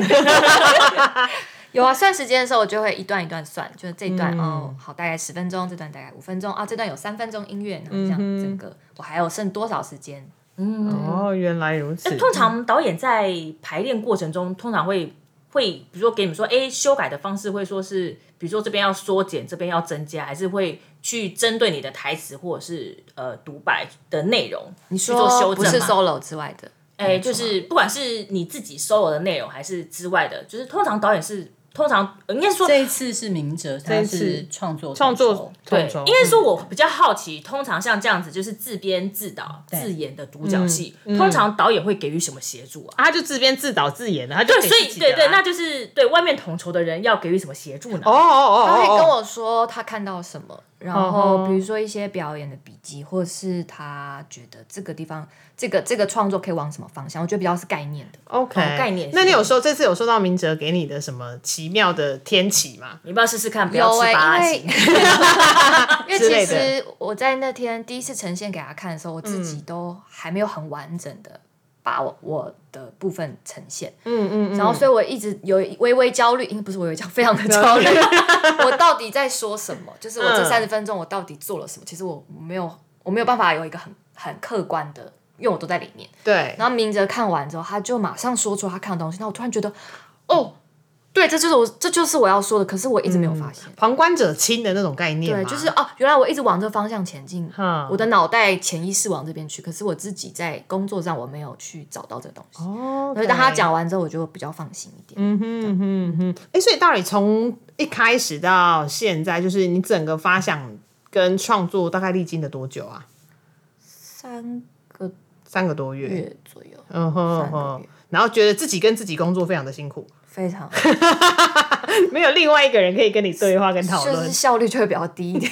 [SPEAKER 4] 有啊，算时间的时候，我就会一段一段算，就是这一段、哦，好，大概十分钟，这段大概五分钟啊，这段有三分钟音乐，然后这样、整个我还有剩多少时间？
[SPEAKER 1] 哦，原来如此，
[SPEAKER 2] 通常导演在排练过程中，通常会会，比如说给你们说，哎，修改的方式会说是，比如说这边要缩减，这边要增加，还是会去针对你的台词或者是呃独白的内容，你去做修
[SPEAKER 4] 哦不
[SPEAKER 2] 正
[SPEAKER 4] 是
[SPEAKER 2] 嘛？
[SPEAKER 4] solo 之外的，
[SPEAKER 2] 哎，就是不管是你自己 solo 的内容，还是之外的，就是通常导演是通常呃应该说
[SPEAKER 3] 这一次是明哲，他
[SPEAKER 1] 一次
[SPEAKER 3] 是创作
[SPEAKER 1] 创作
[SPEAKER 3] 统
[SPEAKER 1] 统筹
[SPEAKER 2] 对，应该说我比较好奇，通常像这样子就是自编自导
[SPEAKER 3] 对
[SPEAKER 2] 自演的独角戏，通常导演会给予什么协助啊？
[SPEAKER 1] 啊他就自编自导自演的，他就
[SPEAKER 2] 对，
[SPEAKER 1] 给
[SPEAKER 2] 所以
[SPEAKER 1] 自己的
[SPEAKER 2] 对对，
[SPEAKER 1] 啊
[SPEAKER 2] 那就是对外面统筹的人要给予什么协助呢？
[SPEAKER 1] 哦哦哦，
[SPEAKER 4] 他会
[SPEAKER 1] 哦
[SPEAKER 4] 跟
[SPEAKER 1] 哦
[SPEAKER 4] 我说他看到什么，然后比如说一些表演的笔记，或者是他觉得这个地方这个这个创作可以往什么方向，我觉得比较是概念的。
[SPEAKER 1] OK
[SPEAKER 2] 概念性
[SPEAKER 1] 那你有说这次有收到明哲给你的什么奇妙的天启吗？
[SPEAKER 2] 你不要试试看，不要吃
[SPEAKER 4] 哎、
[SPEAKER 5] 啊
[SPEAKER 2] 八
[SPEAKER 4] 因
[SPEAKER 2] 星。
[SPEAKER 4] 为 因为
[SPEAKER 1] 之类
[SPEAKER 4] 其
[SPEAKER 1] 的
[SPEAKER 4] 实我在那天第一次呈现给他看的时候，我自
[SPEAKER 1] 嗯
[SPEAKER 4] 己都还没有很完整的把我我的部分呈现，
[SPEAKER 1] 嗯嗯
[SPEAKER 4] 然后所以我一直有微微焦虑，因为不是微微焦，非常的焦 虑，我到底在说什么？就是我这
[SPEAKER 1] 嗯
[SPEAKER 4] 三十分钟我到底做了什么？其实我没有我没有办法有一个很很客观的，因为我都在里面。
[SPEAKER 1] 对，
[SPEAKER 4] 然后明哲看完之后，他就马上说出他看的东西，那我突然觉得，哦，对，这就是我，这就是我要说的。可是我一直没有
[SPEAKER 1] 嗯
[SPEAKER 4] 发现。
[SPEAKER 1] 旁观者清的那种概念嘛，
[SPEAKER 4] 对，就是哦，原来我一直往这方向前进，
[SPEAKER 1] 哈
[SPEAKER 4] 我的脑袋潜意识往这边去，可是我自己在工作上我没有去找到这个东西。
[SPEAKER 1] 哦，
[SPEAKER 4] 所以当他讲完之后，我就比较放心一点。嗯，
[SPEAKER 1] 哎、所以到底从一开始到现在，就是你整个发想跟创作大概历经了多久啊？
[SPEAKER 4] 三个
[SPEAKER 1] 三个多月，
[SPEAKER 4] 月左右，
[SPEAKER 1] 嗯哼
[SPEAKER 4] 三
[SPEAKER 1] 嗯
[SPEAKER 4] 个
[SPEAKER 1] 哼
[SPEAKER 4] 月，
[SPEAKER 1] 然后觉得自己跟自己工作非常的辛苦，
[SPEAKER 4] 非常，
[SPEAKER 1] 没有另外一个人可以跟你对话跟讨
[SPEAKER 4] 就
[SPEAKER 1] 论
[SPEAKER 4] 是。效率就会比较低一点，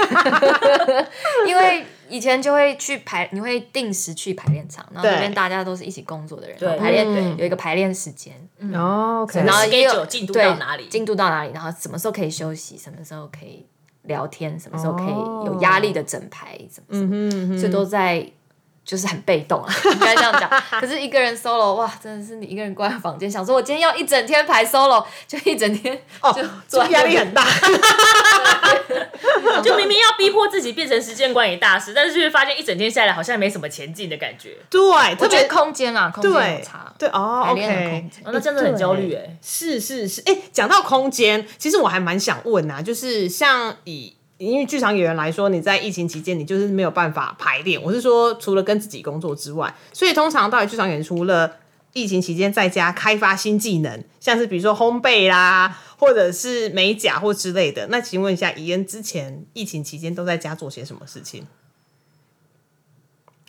[SPEAKER 4] 因为以前就会去排，你会定时去排练场，然后
[SPEAKER 1] 对
[SPEAKER 4] 那边大家都是一起工作的人，
[SPEAKER 3] 对
[SPEAKER 4] 然后排练
[SPEAKER 1] 嗯
[SPEAKER 4] 有一个排练时间，
[SPEAKER 1] 哦，OK，
[SPEAKER 4] 然后
[SPEAKER 5] 嗯
[SPEAKER 4] 也有
[SPEAKER 5] schedule 进度
[SPEAKER 4] 对
[SPEAKER 5] 到哪里
[SPEAKER 4] 进度到哪里，然后什么时候可以休息，什么时候可以聊天，什么时候可以有压力的整排，什么什么，所以都在就是很被动啊，应该这样讲。 可是一个人 solo，哇，真的是你一个人关在房间，想说我今天要一整天排 solo，就 一整天
[SPEAKER 1] 哦
[SPEAKER 4] 就，
[SPEAKER 1] 这
[SPEAKER 4] 坐在
[SPEAKER 1] 压力
[SPEAKER 4] 那
[SPEAKER 1] 很大，
[SPEAKER 5] 就明明要逼迫自己变成时间管理大师，但是就会发现一整天下来好像没什么前进的感觉。
[SPEAKER 1] 对，特
[SPEAKER 4] 我觉
[SPEAKER 1] 别
[SPEAKER 4] 得空间啦，空间有
[SPEAKER 1] 对
[SPEAKER 4] 差，
[SPEAKER 1] 对哦
[SPEAKER 4] 排练的
[SPEAKER 1] ，OK
[SPEAKER 4] 空。间。
[SPEAKER 5] 哦，那真的很焦虑哎、
[SPEAKER 1] 是是是，哎、讲到空间，其实我还蛮想问啊，就是像以因为剧场演员来说，你在疫情期间你就是没有办法排练，我是说除了跟自己工作之外，所以通常到底剧场演员除了疫情期间在家开发新技能，像是比如说烘焙啦，或者是美甲或之类的，那请问一下，怡恩之前疫情期间都在家做些什么事情？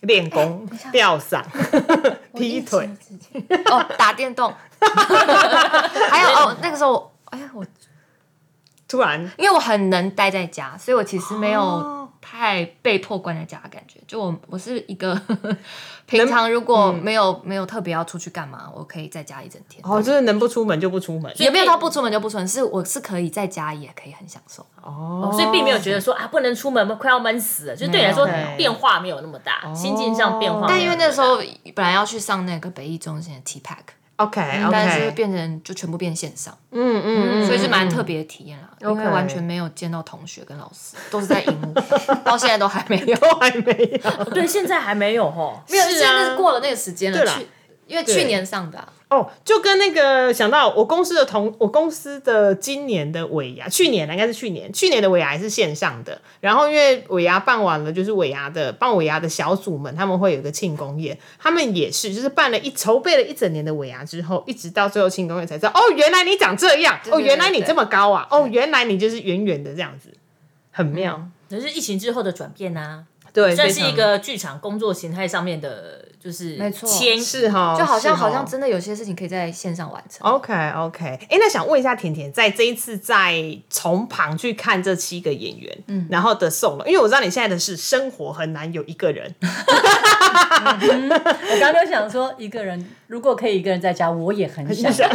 [SPEAKER 1] 练功、吊 嗓、踢腿，
[SPEAKER 4] 哦，打 电动，还有哦，那个时候我，哎呀，我
[SPEAKER 1] 突然
[SPEAKER 4] 因为我很能待在家，所以我其实没有太被迫关在家的感觉。就我我是一 个平常如果没有、没有特别要出去干嘛，我可以在家一整天。
[SPEAKER 1] 哦，就是能不出门就不出门，
[SPEAKER 4] 也没有到不出门就不出门，是我是可以在家也可以很享受。
[SPEAKER 1] 哦
[SPEAKER 5] 所以并没有觉得说啊不能出门，快要闷死了。就是对你来说啊
[SPEAKER 1] 没有
[SPEAKER 5] 变化没有那么大，心境上变化没有那么大。
[SPEAKER 4] 哦但因为那时候本来要去上那个北艺中心的 T Pack，、
[SPEAKER 1] OK，
[SPEAKER 4] 但是变成就全部变线上，
[SPEAKER 1] 嗯嗯嗯，
[SPEAKER 4] 所以是蛮特别的体验啦。因为
[SPEAKER 1] OK
[SPEAKER 4] 完全没有见到同学跟老师，都是在荧 幕，到现在都还没有。
[SPEAKER 1] 都还没有
[SPEAKER 5] 对现在还没有吼，
[SPEAKER 4] 没有，
[SPEAKER 1] 是啊
[SPEAKER 4] 现在是过了那个时间
[SPEAKER 1] 对
[SPEAKER 4] 了。
[SPEAKER 1] 啦
[SPEAKER 4] 去，因为
[SPEAKER 1] 对
[SPEAKER 4] 去年上的啊、
[SPEAKER 1] 哦，就跟那个想到我公司的同我公司的今年的尾牙，去年啊应该是去年，去年的尾牙还是线上的，然后因为尾牙办完了，就是尾牙的办尾牙的小组们他们会有一个庆功宴，他们也是就是办了一筹备了一整年的尾牙之后，一直到最后庆功宴才知道，哦，原来你长这样，
[SPEAKER 4] 对对
[SPEAKER 1] 哦，原来你
[SPEAKER 4] 对嗯
[SPEAKER 1] 这么高啊，哦，原来你就是圆圆的这样子，很妙，
[SPEAKER 5] 可是疫情之后的转变啊，
[SPEAKER 1] 对，
[SPEAKER 5] 算
[SPEAKER 1] 非
[SPEAKER 5] 是
[SPEAKER 1] 常
[SPEAKER 5] 一个剧场工作形态上面的，就是
[SPEAKER 4] 没错
[SPEAKER 5] 迁移
[SPEAKER 1] 是哈，
[SPEAKER 4] 就好像
[SPEAKER 1] 是哈
[SPEAKER 4] 好像真的有些事情可以在线上完成。
[SPEAKER 1] OK OK，哎、那想问一下甜甜，在这一次在从旁去看这七个演员，嗯，然后的送了，因为我知道你现在的是生活很难有一个 人，
[SPEAKER 3] 我刚刚就想说，一个人如果可以一个人在家，我也很想，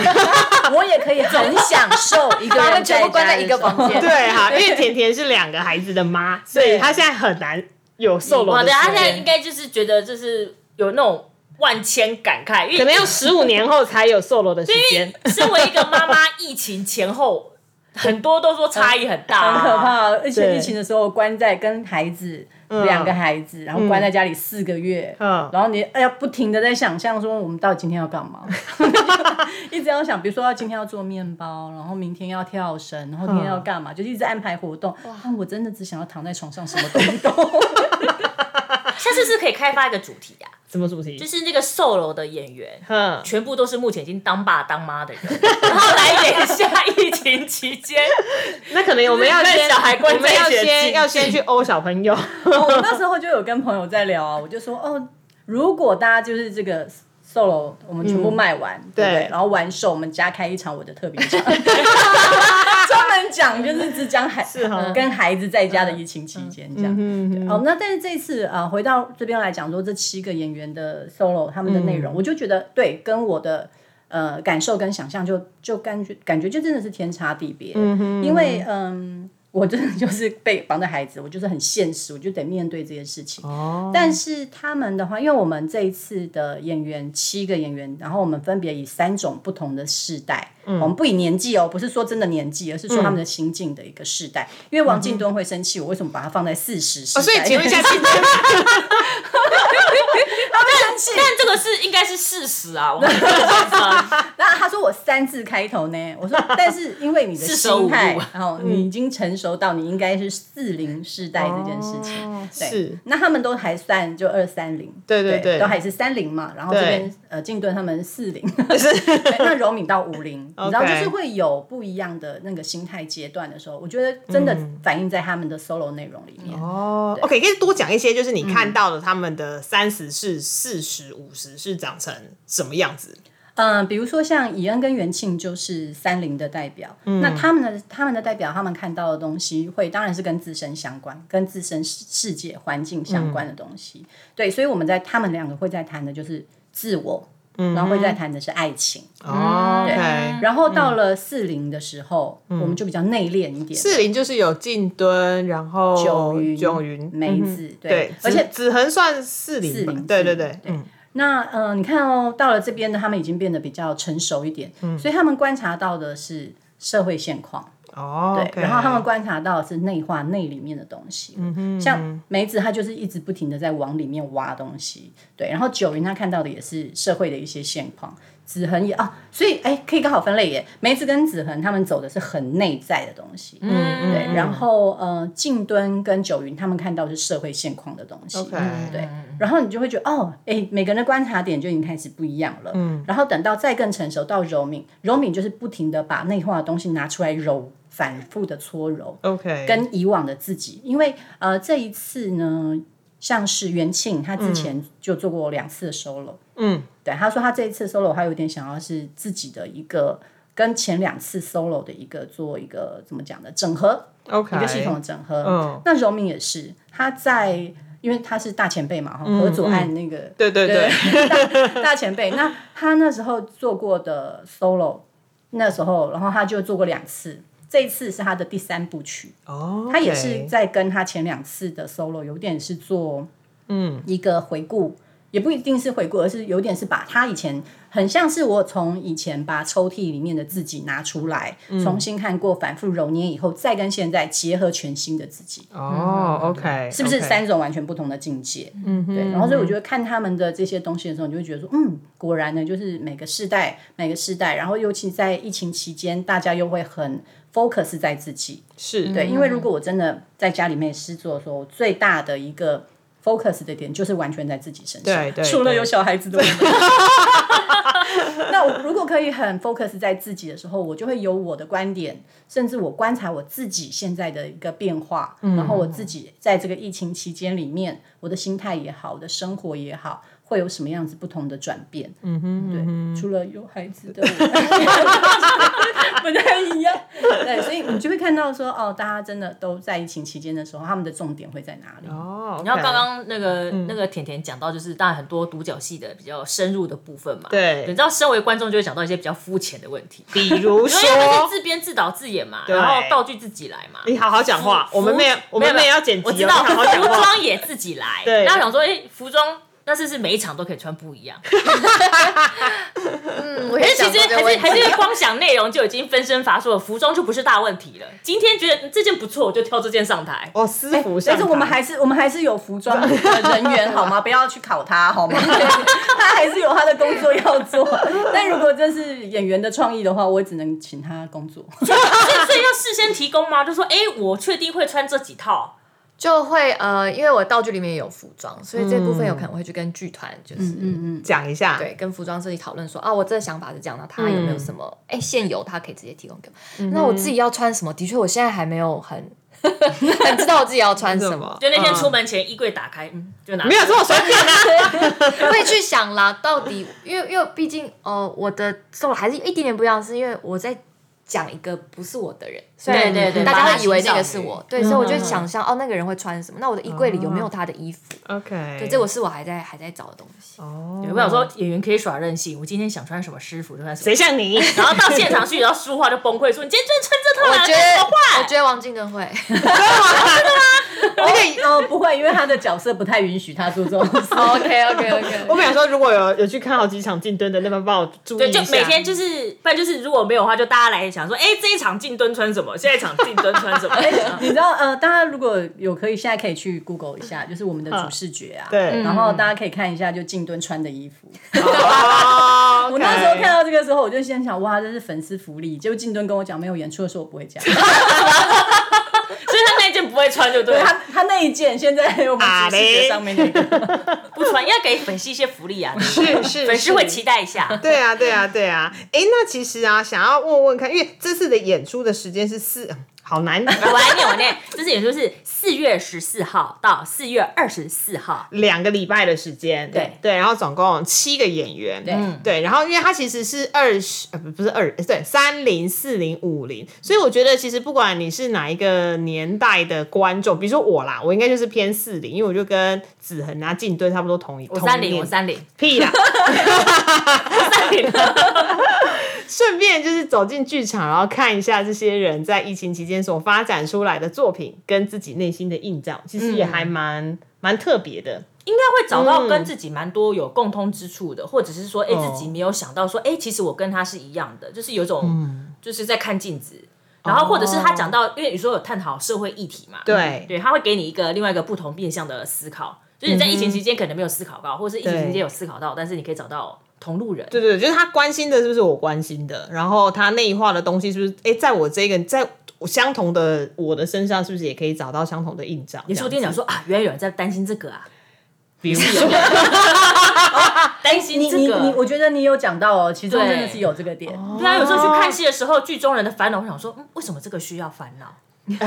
[SPEAKER 3] 我也可以很享受一个
[SPEAKER 4] 把他
[SPEAKER 3] 人
[SPEAKER 4] 们全部关在一个房间，
[SPEAKER 1] 对哈，因为甜甜是两个孩子的妈，所以她现在很难有 solo
[SPEAKER 5] 哇，
[SPEAKER 1] 的
[SPEAKER 5] 对，他
[SPEAKER 1] 时
[SPEAKER 5] 现在
[SPEAKER 1] 间，
[SPEAKER 5] 应该就是觉得就是有那种万千感慨，因为
[SPEAKER 1] 可能要十五年后才有 solo 的时 间。
[SPEAKER 5] 身为一个妈妈，疫情前后很多都说差异很大、
[SPEAKER 3] 很 可。怕。哦而且
[SPEAKER 1] 对
[SPEAKER 3] 疫情的时候，关在跟孩子两个孩子，然后关在家里四个月，
[SPEAKER 1] 嗯
[SPEAKER 3] 然后你哎呀不停的在想象说我们到底今天要干嘛， 一直要想，比如说要今天要做面包，然后明天要跳绳，然后今
[SPEAKER 1] 嗯
[SPEAKER 3] 天要干嘛，就是一直安排活动。但我真的只想要躺在床上什么都不动。
[SPEAKER 5] 下次是可以开发一个主题啊，
[SPEAKER 1] 什么主题？
[SPEAKER 5] 就是那个售楼的演员，
[SPEAKER 1] 嗯，
[SPEAKER 5] 全部都是目前已经当爸当妈的人，然后来演一下疫情期间，
[SPEAKER 1] 那可能我们要
[SPEAKER 5] 就是
[SPEAKER 1] 先，
[SPEAKER 5] 小孩关
[SPEAKER 1] 我们
[SPEAKER 5] 在
[SPEAKER 1] 要
[SPEAKER 5] 一起的禁
[SPEAKER 1] 先
[SPEAKER 5] 忌
[SPEAKER 1] 要先去欧小 朋友。
[SPEAKER 3] 我那时候就有跟朋友在聊啊，我就说哦，如果大家就是这个 solo，我们全部卖完，对
[SPEAKER 1] 对
[SPEAKER 3] 不嗯对，然后完售，我们加开一场我的特别场， 专门讲就是只讲孩
[SPEAKER 1] 哦
[SPEAKER 3] 跟孩子在家的疫情期间这样。对哦，那但是这次啊、呃回到这边来讲说这七个演员的 solo 他们的内容，我就觉得对，跟我的。呃，感受跟想象就就感觉感觉就真的是天差地别，因为嗯，我真的就是被绑的孩子，我就是很现实，我就得面对这些事情。
[SPEAKER 1] 哦
[SPEAKER 3] 但是他们的话，因为我们这一次的演员七个演员，然后我们分别以三种不同的世代，
[SPEAKER 1] 嗯
[SPEAKER 3] 我们不以年纪哦，不是说真的年纪，而是说他们的心境的一个世代。因为王静敦会生气，我为什么把它放在四十世代？
[SPEAKER 1] 哦所以请问一下，今天
[SPEAKER 3] 生气。
[SPEAKER 5] 但这个是应该是事实啊，我们啊
[SPEAKER 3] 那他说我三字开头 呢，我说但是因为你的
[SPEAKER 5] 四舍五入
[SPEAKER 3] 心态，然后
[SPEAKER 1] 嗯
[SPEAKER 3] 你已经成熟到你应该是四零世代这件事情。对
[SPEAKER 1] 哦是
[SPEAKER 3] 那他们都还算就二三零，
[SPEAKER 1] 对对对
[SPEAKER 3] 都还是三零嘛。然后这
[SPEAKER 1] 对
[SPEAKER 3] 边呃静顿他们 四零，对那柔敏到五零，你知道
[SPEAKER 1] OK
[SPEAKER 3] 就是会有不一样的那个心态阶段的时候，我觉得真
[SPEAKER 1] 嗯
[SPEAKER 3] 的反映在他们的 solo 内容里面。
[SPEAKER 1] 哦，OK，可以多讲一些，就是你
[SPEAKER 3] 嗯
[SPEAKER 1] 看到的他们的三十是四十五十是长成什么样子？
[SPEAKER 3] 嗯，比如说像以恩跟元庆就是三零的代表，那
[SPEAKER 1] 嗯
[SPEAKER 3] 他们的他们的代表，他们看到的东西会当然是跟自身相关，跟自身世世界环境相关的
[SPEAKER 1] 嗯
[SPEAKER 3] 东西。对，所以我们在他们两个会在谈的就是自我，然后会在谈的是爱情。
[SPEAKER 1] 嗯
[SPEAKER 3] 嗯
[SPEAKER 1] 哦，OK，
[SPEAKER 3] 然后到了四零的时候，我们就比较内敛一点。
[SPEAKER 1] 嗯四零就是有静蹲，然后
[SPEAKER 3] 九云、
[SPEAKER 1] 九云嗯
[SPEAKER 3] 梅子，
[SPEAKER 1] 对，
[SPEAKER 3] 而
[SPEAKER 1] 子
[SPEAKER 3] 且
[SPEAKER 1] 子恒算四零吧，
[SPEAKER 3] 40
[SPEAKER 1] 对对对
[SPEAKER 3] 40，
[SPEAKER 1] 嗯，
[SPEAKER 3] 那呃，你看哦，到了这边呢，他们已经变得比较成熟一点，
[SPEAKER 1] 嗯
[SPEAKER 3] 所以他们观察到的是社会现况。
[SPEAKER 1] 哦
[SPEAKER 3] 对，
[SPEAKER 1] ，OK
[SPEAKER 3] 然后他们观察到的是内化内里面的东西，像梅子她就是一直不停的在往里面挖东西，对，然后九云她看到的也是社会的一些现况，子恒也啊，所以哎可以刚好分类耶，梅子跟子恒他们走的是很内在的东西，嗯，对，然后呃静敦跟九云他们看到的是社会现况的东西嗯
[SPEAKER 1] OK
[SPEAKER 3] 对，然后你就会觉得哦，哎每个人的观察点就已经开始不一样了，嗯，然后等到再更成熟到柔敏，柔敏就是不停的把内化的东西拿出来揉。反复的搓揉，
[SPEAKER 1] OK，
[SPEAKER 3] 跟以往的自己，因为呃这一次呢，像是元庆他之前就做过两次的 solo，
[SPEAKER 1] 嗯，
[SPEAKER 3] 对，他说他这一次 solo 他有点想要是自己的一个跟前两次 solo 的一个做一个怎么讲的整合，
[SPEAKER 1] OK，
[SPEAKER 3] 一个系统的整合。
[SPEAKER 1] 嗯
[SPEAKER 3] 那柔敏也是，他在因为他是大前辈嘛，哈、
[SPEAKER 1] 嗯
[SPEAKER 3] 合左岸那个、
[SPEAKER 1] 对对对，嗯
[SPEAKER 3] 大大前辈。那他那时候做过的 solo，那时候，然后他就做过两次，这一次是他的第三部曲。
[SPEAKER 1] 哦，
[SPEAKER 3] 他也是在跟他前两次的 solo 有点是做嗯一个回顾，也不一定是回顾，而是有点是把他以前很像是我从以前把抽屉里面的自己拿出来，
[SPEAKER 1] 嗯
[SPEAKER 3] 重新看过，反复揉捏以后，再跟现在结合全新的自己。
[SPEAKER 1] 哦，OK，
[SPEAKER 3] 嗯是不是
[SPEAKER 1] OK
[SPEAKER 3] 三种完全不同的境界？嗯，对。然后，所以我觉得看他们的这些东西的时候，你就会觉得说，嗯，果然呢，就是每个世代，每个世代，然后尤其在疫情期间，大家又会很 focus 在自己，
[SPEAKER 1] 是
[SPEAKER 3] 对，因为如果我真的在家里面失做的时候，我最大的一个 focus 的点就是完全在自己身上，
[SPEAKER 1] 对对
[SPEAKER 3] 除了
[SPEAKER 1] 对
[SPEAKER 3] 有小孩子的我们。 那我如果可以很 focus 在自己的时候，我就会有我的观点，甚至我观察我自己现在的一个变化，
[SPEAKER 1] 嗯
[SPEAKER 3] 然后我自己在这个疫情期间里面，我的心态也好，我的生活也好，会有什么样子不同的转变？嗯哼，对，除了有孩子的 我，不太一样。 对，所以你就会看到说，哦，大家真的都在疫情期间的时候，他们的重点会在哪里？
[SPEAKER 1] 哦，
[SPEAKER 5] 然后
[SPEAKER 1] OK 嗯
[SPEAKER 5] 刚刚那个、那个甜甜讲到，就是当然很多独角戏的比较深入的部分嘛。你
[SPEAKER 1] 对
[SPEAKER 5] 知，道，身为观众就会讲到一些比较肤浅的问题，
[SPEAKER 1] 比如
[SPEAKER 5] 因为他们是
[SPEAKER 1] 说，
[SPEAKER 5] 自编自导自演嘛，
[SPEAKER 1] 对
[SPEAKER 5] 然后道具自己来嘛。
[SPEAKER 1] 你好好讲话，
[SPEAKER 5] 服
[SPEAKER 1] 我们没有
[SPEAKER 5] 服，
[SPEAKER 1] 我们没有要剪辑哦，
[SPEAKER 5] 我知道，
[SPEAKER 1] 你好好讲
[SPEAKER 5] 服
[SPEAKER 1] 话。
[SPEAKER 5] 装也自己来。
[SPEAKER 1] 对
[SPEAKER 5] 然后想说，哎，服装那是不是每一场都可以穿不 一样？
[SPEAKER 4] 嗯，我
[SPEAKER 5] 可
[SPEAKER 4] 也
[SPEAKER 5] 是
[SPEAKER 4] 想
[SPEAKER 5] 其
[SPEAKER 4] 过
[SPEAKER 5] 实
[SPEAKER 4] 这
[SPEAKER 5] 还
[SPEAKER 4] 个
[SPEAKER 5] 是
[SPEAKER 4] 问题
[SPEAKER 5] 还是光想内容就已经分身乏术了，服装就不是大问题了。今天觉得嗯这件不错，我就挑这件上台。
[SPEAKER 1] 哦，私服上
[SPEAKER 3] 但
[SPEAKER 1] 台，
[SPEAKER 3] 是我们还是我们还是有服装的人员好吗？不要去考他好吗？他还是有他的工作要做。但如果这是演员的创意的话，我只能请他工作。
[SPEAKER 5] 所以所以要事先提供吗？就说，哎，我确定会穿这几套。
[SPEAKER 4] 就会呃，因为我道具里面也有服装，所以这部分有可能会去跟剧团就是。
[SPEAKER 3] 嗯嗯，
[SPEAKER 1] 讲一下，
[SPEAKER 4] 对，跟服装设计讨论说啊，我这个想法是这样的，他有没有什么？
[SPEAKER 3] 嗯
[SPEAKER 4] 哎、现有他可以直接提供给我。那我自己要穿什么？的确，我现在还没有很 很知道我自己要穿什
[SPEAKER 1] 什
[SPEAKER 4] 么
[SPEAKER 1] 么，？
[SPEAKER 5] 就那天
[SPEAKER 1] 嗯
[SPEAKER 5] 出门前，衣柜打开，嗯，就拿
[SPEAKER 1] 没有这么随便啊，
[SPEAKER 4] 会去想啦。到底，因为因为毕竟呃，我的受还是有一点点不一样，是因为我在讲一个不是我的人，所以
[SPEAKER 5] 对对对
[SPEAKER 4] 大
[SPEAKER 5] 把
[SPEAKER 4] 家
[SPEAKER 5] 他
[SPEAKER 4] 会以为
[SPEAKER 5] 欣
[SPEAKER 4] 那
[SPEAKER 5] 赏
[SPEAKER 4] 个是
[SPEAKER 5] 于
[SPEAKER 4] 我，对，所以我就想象哦，那个人会穿什么？那我的衣柜里有没有他的衣服？
[SPEAKER 1] OK，
[SPEAKER 4] 对，这我是我还在还在找的东西。
[SPEAKER 5] 对我想说，演员可以耍任性，我今天想穿什么师傅就穿什么。
[SPEAKER 1] 谁像你？
[SPEAKER 5] 然后到现场去，然后书画就崩溃，说你今天居然穿这套
[SPEAKER 4] 我
[SPEAKER 5] 啊，
[SPEAKER 4] 觉
[SPEAKER 5] 这么
[SPEAKER 4] 得，我
[SPEAKER 5] 坏。
[SPEAKER 4] 觉得王静敦会，
[SPEAKER 3] 而且 哦，不会，因为他的角色不太允许他做这种事。
[SPEAKER 4] OK OK OK，
[SPEAKER 1] 我本想说，如果有有去看好几场竞蹲的，那边帮我注意
[SPEAKER 2] 对，
[SPEAKER 1] 一
[SPEAKER 2] 就
[SPEAKER 1] 下。
[SPEAKER 2] 每天 就是，不然就是如果没有的话，就大家来想说，哎、这一场进蹲穿什么，下一场进蹲穿 什么。 嗯
[SPEAKER 3] 你知道呃，大家如果有可以，现在可以去 Google 一下，就是我们的主视觉啊，
[SPEAKER 1] 对
[SPEAKER 3] 然后大家可以看一下就静蹲穿的衣服。
[SPEAKER 1] 哦
[SPEAKER 3] 我那时候看到这个时候，我就先想哇，这是粉丝福利。结果静蹲跟我讲没有演出的时候，我不会这样。
[SPEAKER 2] 所以他那一件不会穿就对
[SPEAKER 3] 对
[SPEAKER 2] 了，
[SPEAKER 1] 啊
[SPEAKER 3] 他他那一件现在我们主视觉上面那个，
[SPEAKER 2] 不穿要给粉丝一些福利啊，
[SPEAKER 1] 是是
[SPEAKER 2] 粉丝会期
[SPEAKER 1] 待。
[SPEAKER 2] 待一下。
[SPEAKER 1] 对啊，对啊，对啊。哎，那其实啊，想要问问看，因为这次的演出的时间是四，嗯好 难。
[SPEAKER 2] 我来念，我念，这次演出是四月十四号到四月二十四号，
[SPEAKER 1] 两个礼拜的时间，
[SPEAKER 2] 对
[SPEAKER 1] 对，然后总共七个演员，
[SPEAKER 3] 对嗯
[SPEAKER 1] 对，然后因为它其实是二十，呃，不不是二，对，三零、四零、五零，所以我觉得其实不管你是哪一个年代的观众，比如说我啦，我应该就是偏四零，因为我就跟子恒啊、静敦差不多同一，
[SPEAKER 2] 我
[SPEAKER 1] 我
[SPEAKER 2] 三零，我 三零，
[SPEAKER 1] 屁啦，
[SPEAKER 2] 三零。
[SPEAKER 1] 顺便就是走进剧场，然后看一下这些人在疫情期间所发展出来的作品跟自己内心的映照，其实也
[SPEAKER 2] 嗯
[SPEAKER 1] 还蛮、蛮特别的，
[SPEAKER 2] 应该会找到跟自己蛮多有共通之处的，或者是说，哎、自己没有想到说，哎、其实我跟他是一样的，就是有一种、就是在看镜子。然后，或者是他讲到，因为你说有探讨社会议题嘛，
[SPEAKER 1] 对
[SPEAKER 2] 对，他会给你一个另外一个不同面向的思考，就是你在疫情期间可能没有思考到，或者是疫情期间有思考到，但是你可以找到同路人。
[SPEAKER 1] 对对，对就是他关心的是不是我关心的，然后他内化的东西是不是哎，诶在我这个在我相同的我的身上是不是也可以找到相同的映照？
[SPEAKER 2] 也是我
[SPEAKER 1] 这
[SPEAKER 2] 听
[SPEAKER 1] 样
[SPEAKER 2] 讲说啊，原来有人在担心这个啊，
[SPEAKER 1] 比如说，
[SPEAKER 2] 担
[SPEAKER 3] 你
[SPEAKER 2] 心这
[SPEAKER 3] 你
[SPEAKER 2] 个。
[SPEAKER 3] 你，我觉得你有讲到哦，其中
[SPEAKER 2] 对
[SPEAKER 3] 真的是有这个点。
[SPEAKER 2] 对啊，有时候去看戏的时候，剧中人的烦恼，我想说，嗯，为什么这个需要烦恼？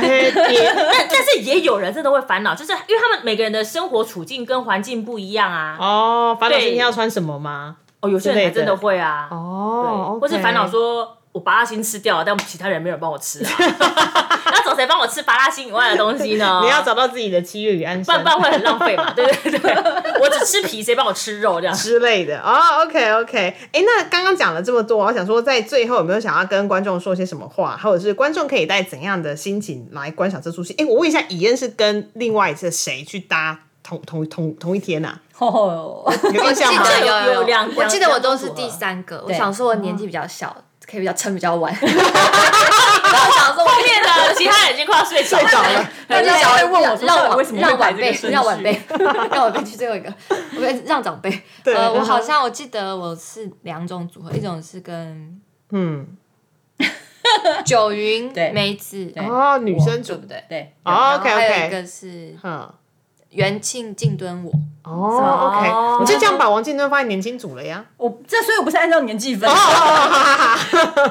[SPEAKER 1] 诶 也
[SPEAKER 2] 但但是也有人真的会烦恼，就是因为他们每个人的生活处境跟环境不一样啊。
[SPEAKER 1] 哦，烦恼
[SPEAKER 2] 对
[SPEAKER 1] 今天要穿什么吗？
[SPEAKER 2] 哦，有些人还真的会啊，
[SPEAKER 1] 哦，
[SPEAKER 2] 或是
[SPEAKER 1] OK
[SPEAKER 2] 烦恼说我拔拉星吃掉了，但其他人没有人帮我 吃啊，那找谁帮我吃拔拉星以外的东西呢？
[SPEAKER 1] 你要找到自己的七月与安
[SPEAKER 2] 不
[SPEAKER 1] 生
[SPEAKER 2] 然不。然会很浪 费嘛，对对对，我只吃皮，谁帮我吃肉这样？
[SPEAKER 1] 之类的哦、o k OK，哎、那刚刚讲了这么多，我想说，在最后有没有想要跟观众说些什么话，或者是观众可以带怎样的心情来观赏这出戏？哎、我问一下，以恩是跟另外是谁去搭同同同同一天呐、
[SPEAKER 3] 哦，
[SPEAKER 1] 啊？有印象吗？
[SPEAKER 2] 有
[SPEAKER 4] 有
[SPEAKER 2] 有两
[SPEAKER 4] 我记得我
[SPEAKER 2] 两
[SPEAKER 4] 都
[SPEAKER 2] 组
[SPEAKER 4] 是
[SPEAKER 2] 合
[SPEAKER 4] 第三个，我
[SPEAKER 3] 对
[SPEAKER 4] 想说我年纪比较小，可以比较撑比较 晚。然后我想说
[SPEAKER 2] 后
[SPEAKER 4] 我
[SPEAKER 2] 面的其他人已经快要睡着
[SPEAKER 1] 睡着
[SPEAKER 2] 了
[SPEAKER 1] 了。
[SPEAKER 3] 大家
[SPEAKER 4] 让
[SPEAKER 3] 才会问我说
[SPEAKER 4] 让
[SPEAKER 3] 到底
[SPEAKER 4] 晚
[SPEAKER 3] 为什么
[SPEAKER 4] 让
[SPEAKER 3] 会排
[SPEAKER 4] 晚
[SPEAKER 3] 这个
[SPEAKER 4] 辈，
[SPEAKER 3] 顺序
[SPEAKER 4] 让晚辈，让晚辈去最后一个，我跟让长辈。呃，我好像我记得我是两种组合，一种是跟
[SPEAKER 1] 嗯，
[SPEAKER 4] 九云
[SPEAKER 3] 对、
[SPEAKER 4] 梅子，
[SPEAKER 3] 对
[SPEAKER 1] 哦，女生
[SPEAKER 4] 对
[SPEAKER 1] 组
[SPEAKER 4] 不对？
[SPEAKER 3] 对，
[SPEAKER 1] 哦，OK
[SPEAKER 4] 然后还有一
[SPEAKER 1] OK，
[SPEAKER 4] 个是
[SPEAKER 1] 嗯，
[SPEAKER 4] 元庆静蹲我，
[SPEAKER 1] 哦
[SPEAKER 2] 哦
[SPEAKER 1] ，OK，你就这样把王静敦放在年轻组了呀？
[SPEAKER 3] 我这所以我不是按照年纪分，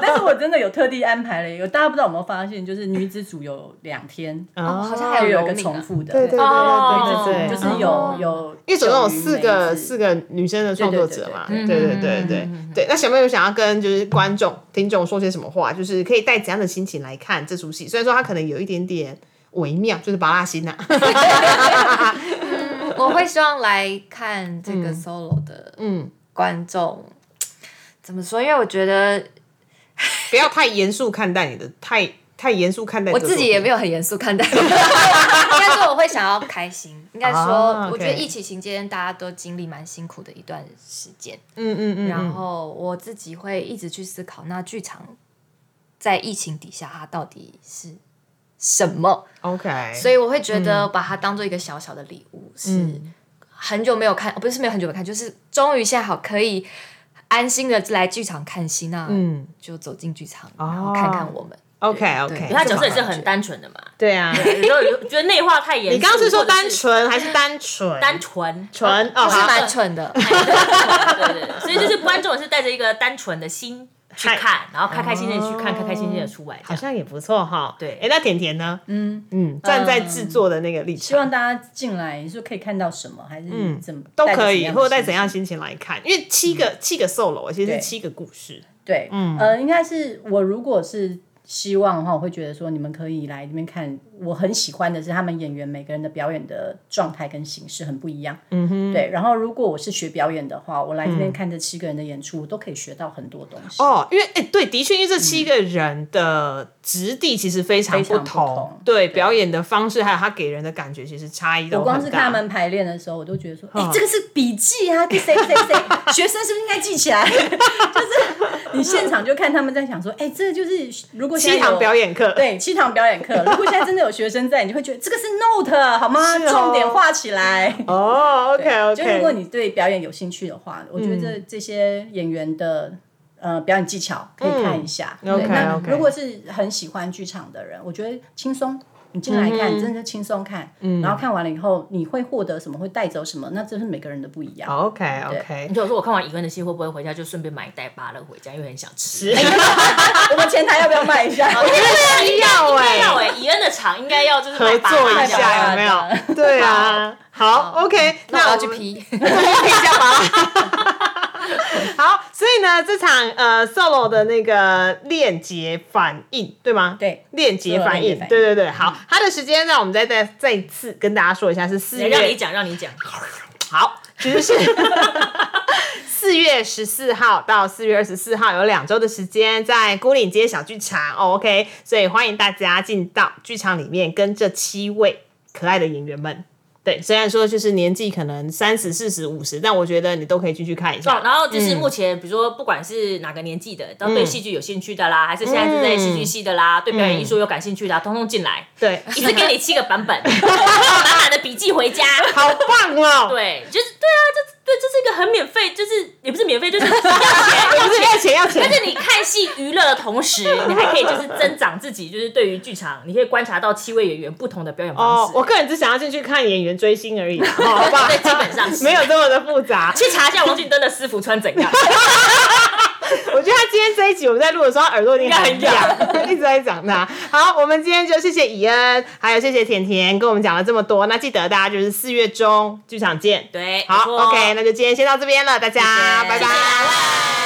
[SPEAKER 3] 但是我真的有特地安排了一个，大家不知道有没有发现，就是女子组有两天，
[SPEAKER 1] 哦
[SPEAKER 4] 好像还
[SPEAKER 3] 还有
[SPEAKER 4] 有
[SPEAKER 3] 一个
[SPEAKER 4] 柔敏啊
[SPEAKER 3] 重复的，
[SPEAKER 1] 对对对
[SPEAKER 2] 哦
[SPEAKER 1] 对对对，
[SPEAKER 3] 就是有有，
[SPEAKER 1] 因为总共有四个四
[SPEAKER 3] 个，
[SPEAKER 1] 个女生的创作者嘛，对对对对对。那小妹有想要跟就是观众听众说些什么话？就是可以带怎样的心情来看这出戏？虽然说它可能有一点点微妙，就是拔蜡心呐，
[SPEAKER 4] 我会希望来看这个 solo 的
[SPEAKER 1] 嗯，
[SPEAKER 4] 观众，怎么说？因为我觉得
[SPEAKER 1] 不要太严肃看待你的，太太严肃看待
[SPEAKER 4] 我自己也没
[SPEAKER 1] 有
[SPEAKER 4] 有很严肃看待， 应该说我会想要 开心。应该
[SPEAKER 1] 啊
[SPEAKER 4] 说，我觉得
[SPEAKER 1] ，OK
[SPEAKER 4] 疫情期间大家都经历蛮辛苦的一段时间，
[SPEAKER 1] 嗯嗯嗯，
[SPEAKER 4] 然后我自己会一直去思考，那剧场在疫情底下它到底是什么？
[SPEAKER 1] OK，嗯
[SPEAKER 4] 所以我会觉得把它当做一个小小的礼物，是很久没有看，哦不是没有很久没有看，就是终于现在好可以安心的来剧场看戏，那
[SPEAKER 1] 嗯哦
[SPEAKER 4] 就走进剧场，然后看看 我们。
[SPEAKER 1] OK OK，
[SPEAKER 4] 对
[SPEAKER 2] 他角色也是
[SPEAKER 4] 这种感
[SPEAKER 2] 很
[SPEAKER 4] 觉
[SPEAKER 2] 单纯的嘛，
[SPEAKER 1] 对啊。
[SPEAKER 2] 有时候有觉得内化太严肃。
[SPEAKER 1] 你刚刚是说
[SPEAKER 3] 哎
[SPEAKER 2] 或者
[SPEAKER 1] 单纯还是单纯？
[SPEAKER 2] 单纯
[SPEAKER 1] 纯哦，
[SPEAKER 4] 是
[SPEAKER 1] 好
[SPEAKER 4] 蛮蠢的，哎
[SPEAKER 2] 对对对，所以就是观众是带着一个单纯的心去看，然后开开心心的去看，
[SPEAKER 1] 哦
[SPEAKER 2] 开开心心的出来，这
[SPEAKER 1] 好
[SPEAKER 2] 样
[SPEAKER 1] 像也不错哈。
[SPEAKER 2] 对
[SPEAKER 1] 哎，那甜甜呢？嗯嗯，站在制作的那个立
[SPEAKER 3] 希望
[SPEAKER 1] 场，
[SPEAKER 3] 大家进来，你说可以看到什么，还是怎么
[SPEAKER 1] 嗯都可以，或者带
[SPEAKER 3] 带着
[SPEAKER 1] 怎
[SPEAKER 3] 怎
[SPEAKER 1] 样
[SPEAKER 3] 样
[SPEAKER 1] 的
[SPEAKER 3] 的心
[SPEAKER 1] 心
[SPEAKER 3] 情？嗯
[SPEAKER 1] 情来看，因为七个七个 solo，其实是
[SPEAKER 3] 对
[SPEAKER 1] 七个故事。
[SPEAKER 3] 对，呃，应该是我如果是希望的话，我会觉得说你们可以来这边看。我很喜欢的是他们演员每个人的表演的状态跟形式很不一样。嗯哼，对。然后如果我是学表演的话，我来这
[SPEAKER 1] 嗯
[SPEAKER 3] 边看这七个人的演出，我都可以学到很多东西。
[SPEAKER 1] 哦，因为哎、对，的确，因为这七个人的质地其实非常
[SPEAKER 3] 嗯非常
[SPEAKER 1] 同，
[SPEAKER 3] 不同
[SPEAKER 1] 对表演的方式还有他给人的感觉，其实差异都
[SPEAKER 3] 我光是
[SPEAKER 1] 很
[SPEAKER 3] 看他
[SPEAKER 1] 大。
[SPEAKER 3] 们排练的时候，我都觉得说，哎、这个是笔记啊，给谁谁谁，学生是不是应该记起来？ 就是你现场就看他们在想说，哎、这就是如果现在
[SPEAKER 1] 七
[SPEAKER 3] 有
[SPEAKER 1] 堂表演课，
[SPEAKER 3] 对，七堂表演课。如果现在真的有学生在，你就会觉得这个是 note 好吗？
[SPEAKER 1] 是哦
[SPEAKER 3] 重点画起来。
[SPEAKER 1] 哦，OK
[SPEAKER 3] 就如果
[SPEAKER 1] OK，
[SPEAKER 3] 你对表演有兴趣的话，我觉得
[SPEAKER 1] 嗯
[SPEAKER 3] 这这些演员的呃表演技巧可以看一下。对
[SPEAKER 1] 嗯 OK，
[SPEAKER 3] 那
[SPEAKER 1] OK
[SPEAKER 3] 如果是很喜欢剧场的人，我觉得轻松。你进来
[SPEAKER 1] 嗯
[SPEAKER 3] 看，真的轻松看，然后看完了以后，你会获得什么，会带走什么，那这是每个人的不一样。
[SPEAKER 1] OK OK，
[SPEAKER 2] 你就说我看完一个人的戏，会不会回家就顺便买一袋芭乐回家，因为很想 吃。
[SPEAKER 3] 哎
[SPEAKER 1] 哎
[SPEAKER 3] 我们前台要不要卖一下？
[SPEAKER 1] 需要哎、
[SPEAKER 2] 要哎，伊恩的场应该要就是
[SPEAKER 1] 合作一
[SPEAKER 3] 芭乐
[SPEAKER 1] 下有没有？对啊，好 OK，
[SPEAKER 4] 那我要
[SPEAKER 1] 我
[SPEAKER 4] 去
[SPEAKER 1] 们
[SPEAKER 4] 批。
[SPEAKER 1] 一下吧。好，所以呢，这场呃 solo 的那个链接反应，对吗？
[SPEAKER 3] 对
[SPEAKER 1] 链接反应，
[SPEAKER 3] solo 链接反应
[SPEAKER 1] 对对对。好，它的时间让我们再再再次跟大家说一下，是四
[SPEAKER 2] 对让你
[SPEAKER 1] 月，
[SPEAKER 2] 讲，让你讲。
[SPEAKER 1] 好，其实是 四月十四号到四月二十四号有两周的时间，在孤岭街小剧场、哦、，OK，所以欢迎大家进到剧场里面，跟这七位可爱的演员们。对，虽然说就是年纪可能三十、四十、五十，但我觉得你都可以进去看一下。
[SPEAKER 2] 然后就是目前，比如说不管是哪个年纪的，都对戏剧有兴趣的啦，还是现在是在戏剧系的啦，对表演艺术有感兴趣的啊，通通进来，
[SPEAKER 1] 对，
[SPEAKER 2] 一次给你七个版本，满满的笔记回家。
[SPEAKER 1] 好棒哦！
[SPEAKER 2] 对，就是对啊，这对这是一个很免费，就是也不是免费，就是 要钱
[SPEAKER 1] 不
[SPEAKER 2] 要
[SPEAKER 1] 是
[SPEAKER 2] 钱。
[SPEAKER 1] 要钱要钱
[SPEAKER 2] 但， 是你看戏娱乐的同时，你还可以就是增长自己，就是对于剧场，你可以观察到七位演员不同的表演方
[SPEAKER 1] 哦
[SPEAKER 2] 式。，
[SPEAKER 1] 我个人只想要进去看演员追星而已啦，哦好吧？
[SPEAKER 2] 对基本上 是
[SPEAKER 1] 没有这么的复杂。
[SPEAKER 2] 去查一下王俊登的私服穿怎 样，
[SPEAKER 1] 我觉得他今天这一集我们在录的时候，他耳朵已经很痒，一 直在讲他。好，我们今天就谢谢以恩，还有谢谢甜甜跟我们讲了这么多。那记得大家就是四月中剧场见。
[SPEAKER 2] 对，
[SPEAKER 1] 好
[SPEAKER 2] 没错
[SPEAKER 1] ，OK，那就今天先到这边了，大家
[SPEAKER 2] 谢谢
[SPEAKER 1] 拜
[SPEAKER 2] 谢谢
[SPEAKER 1] 拜。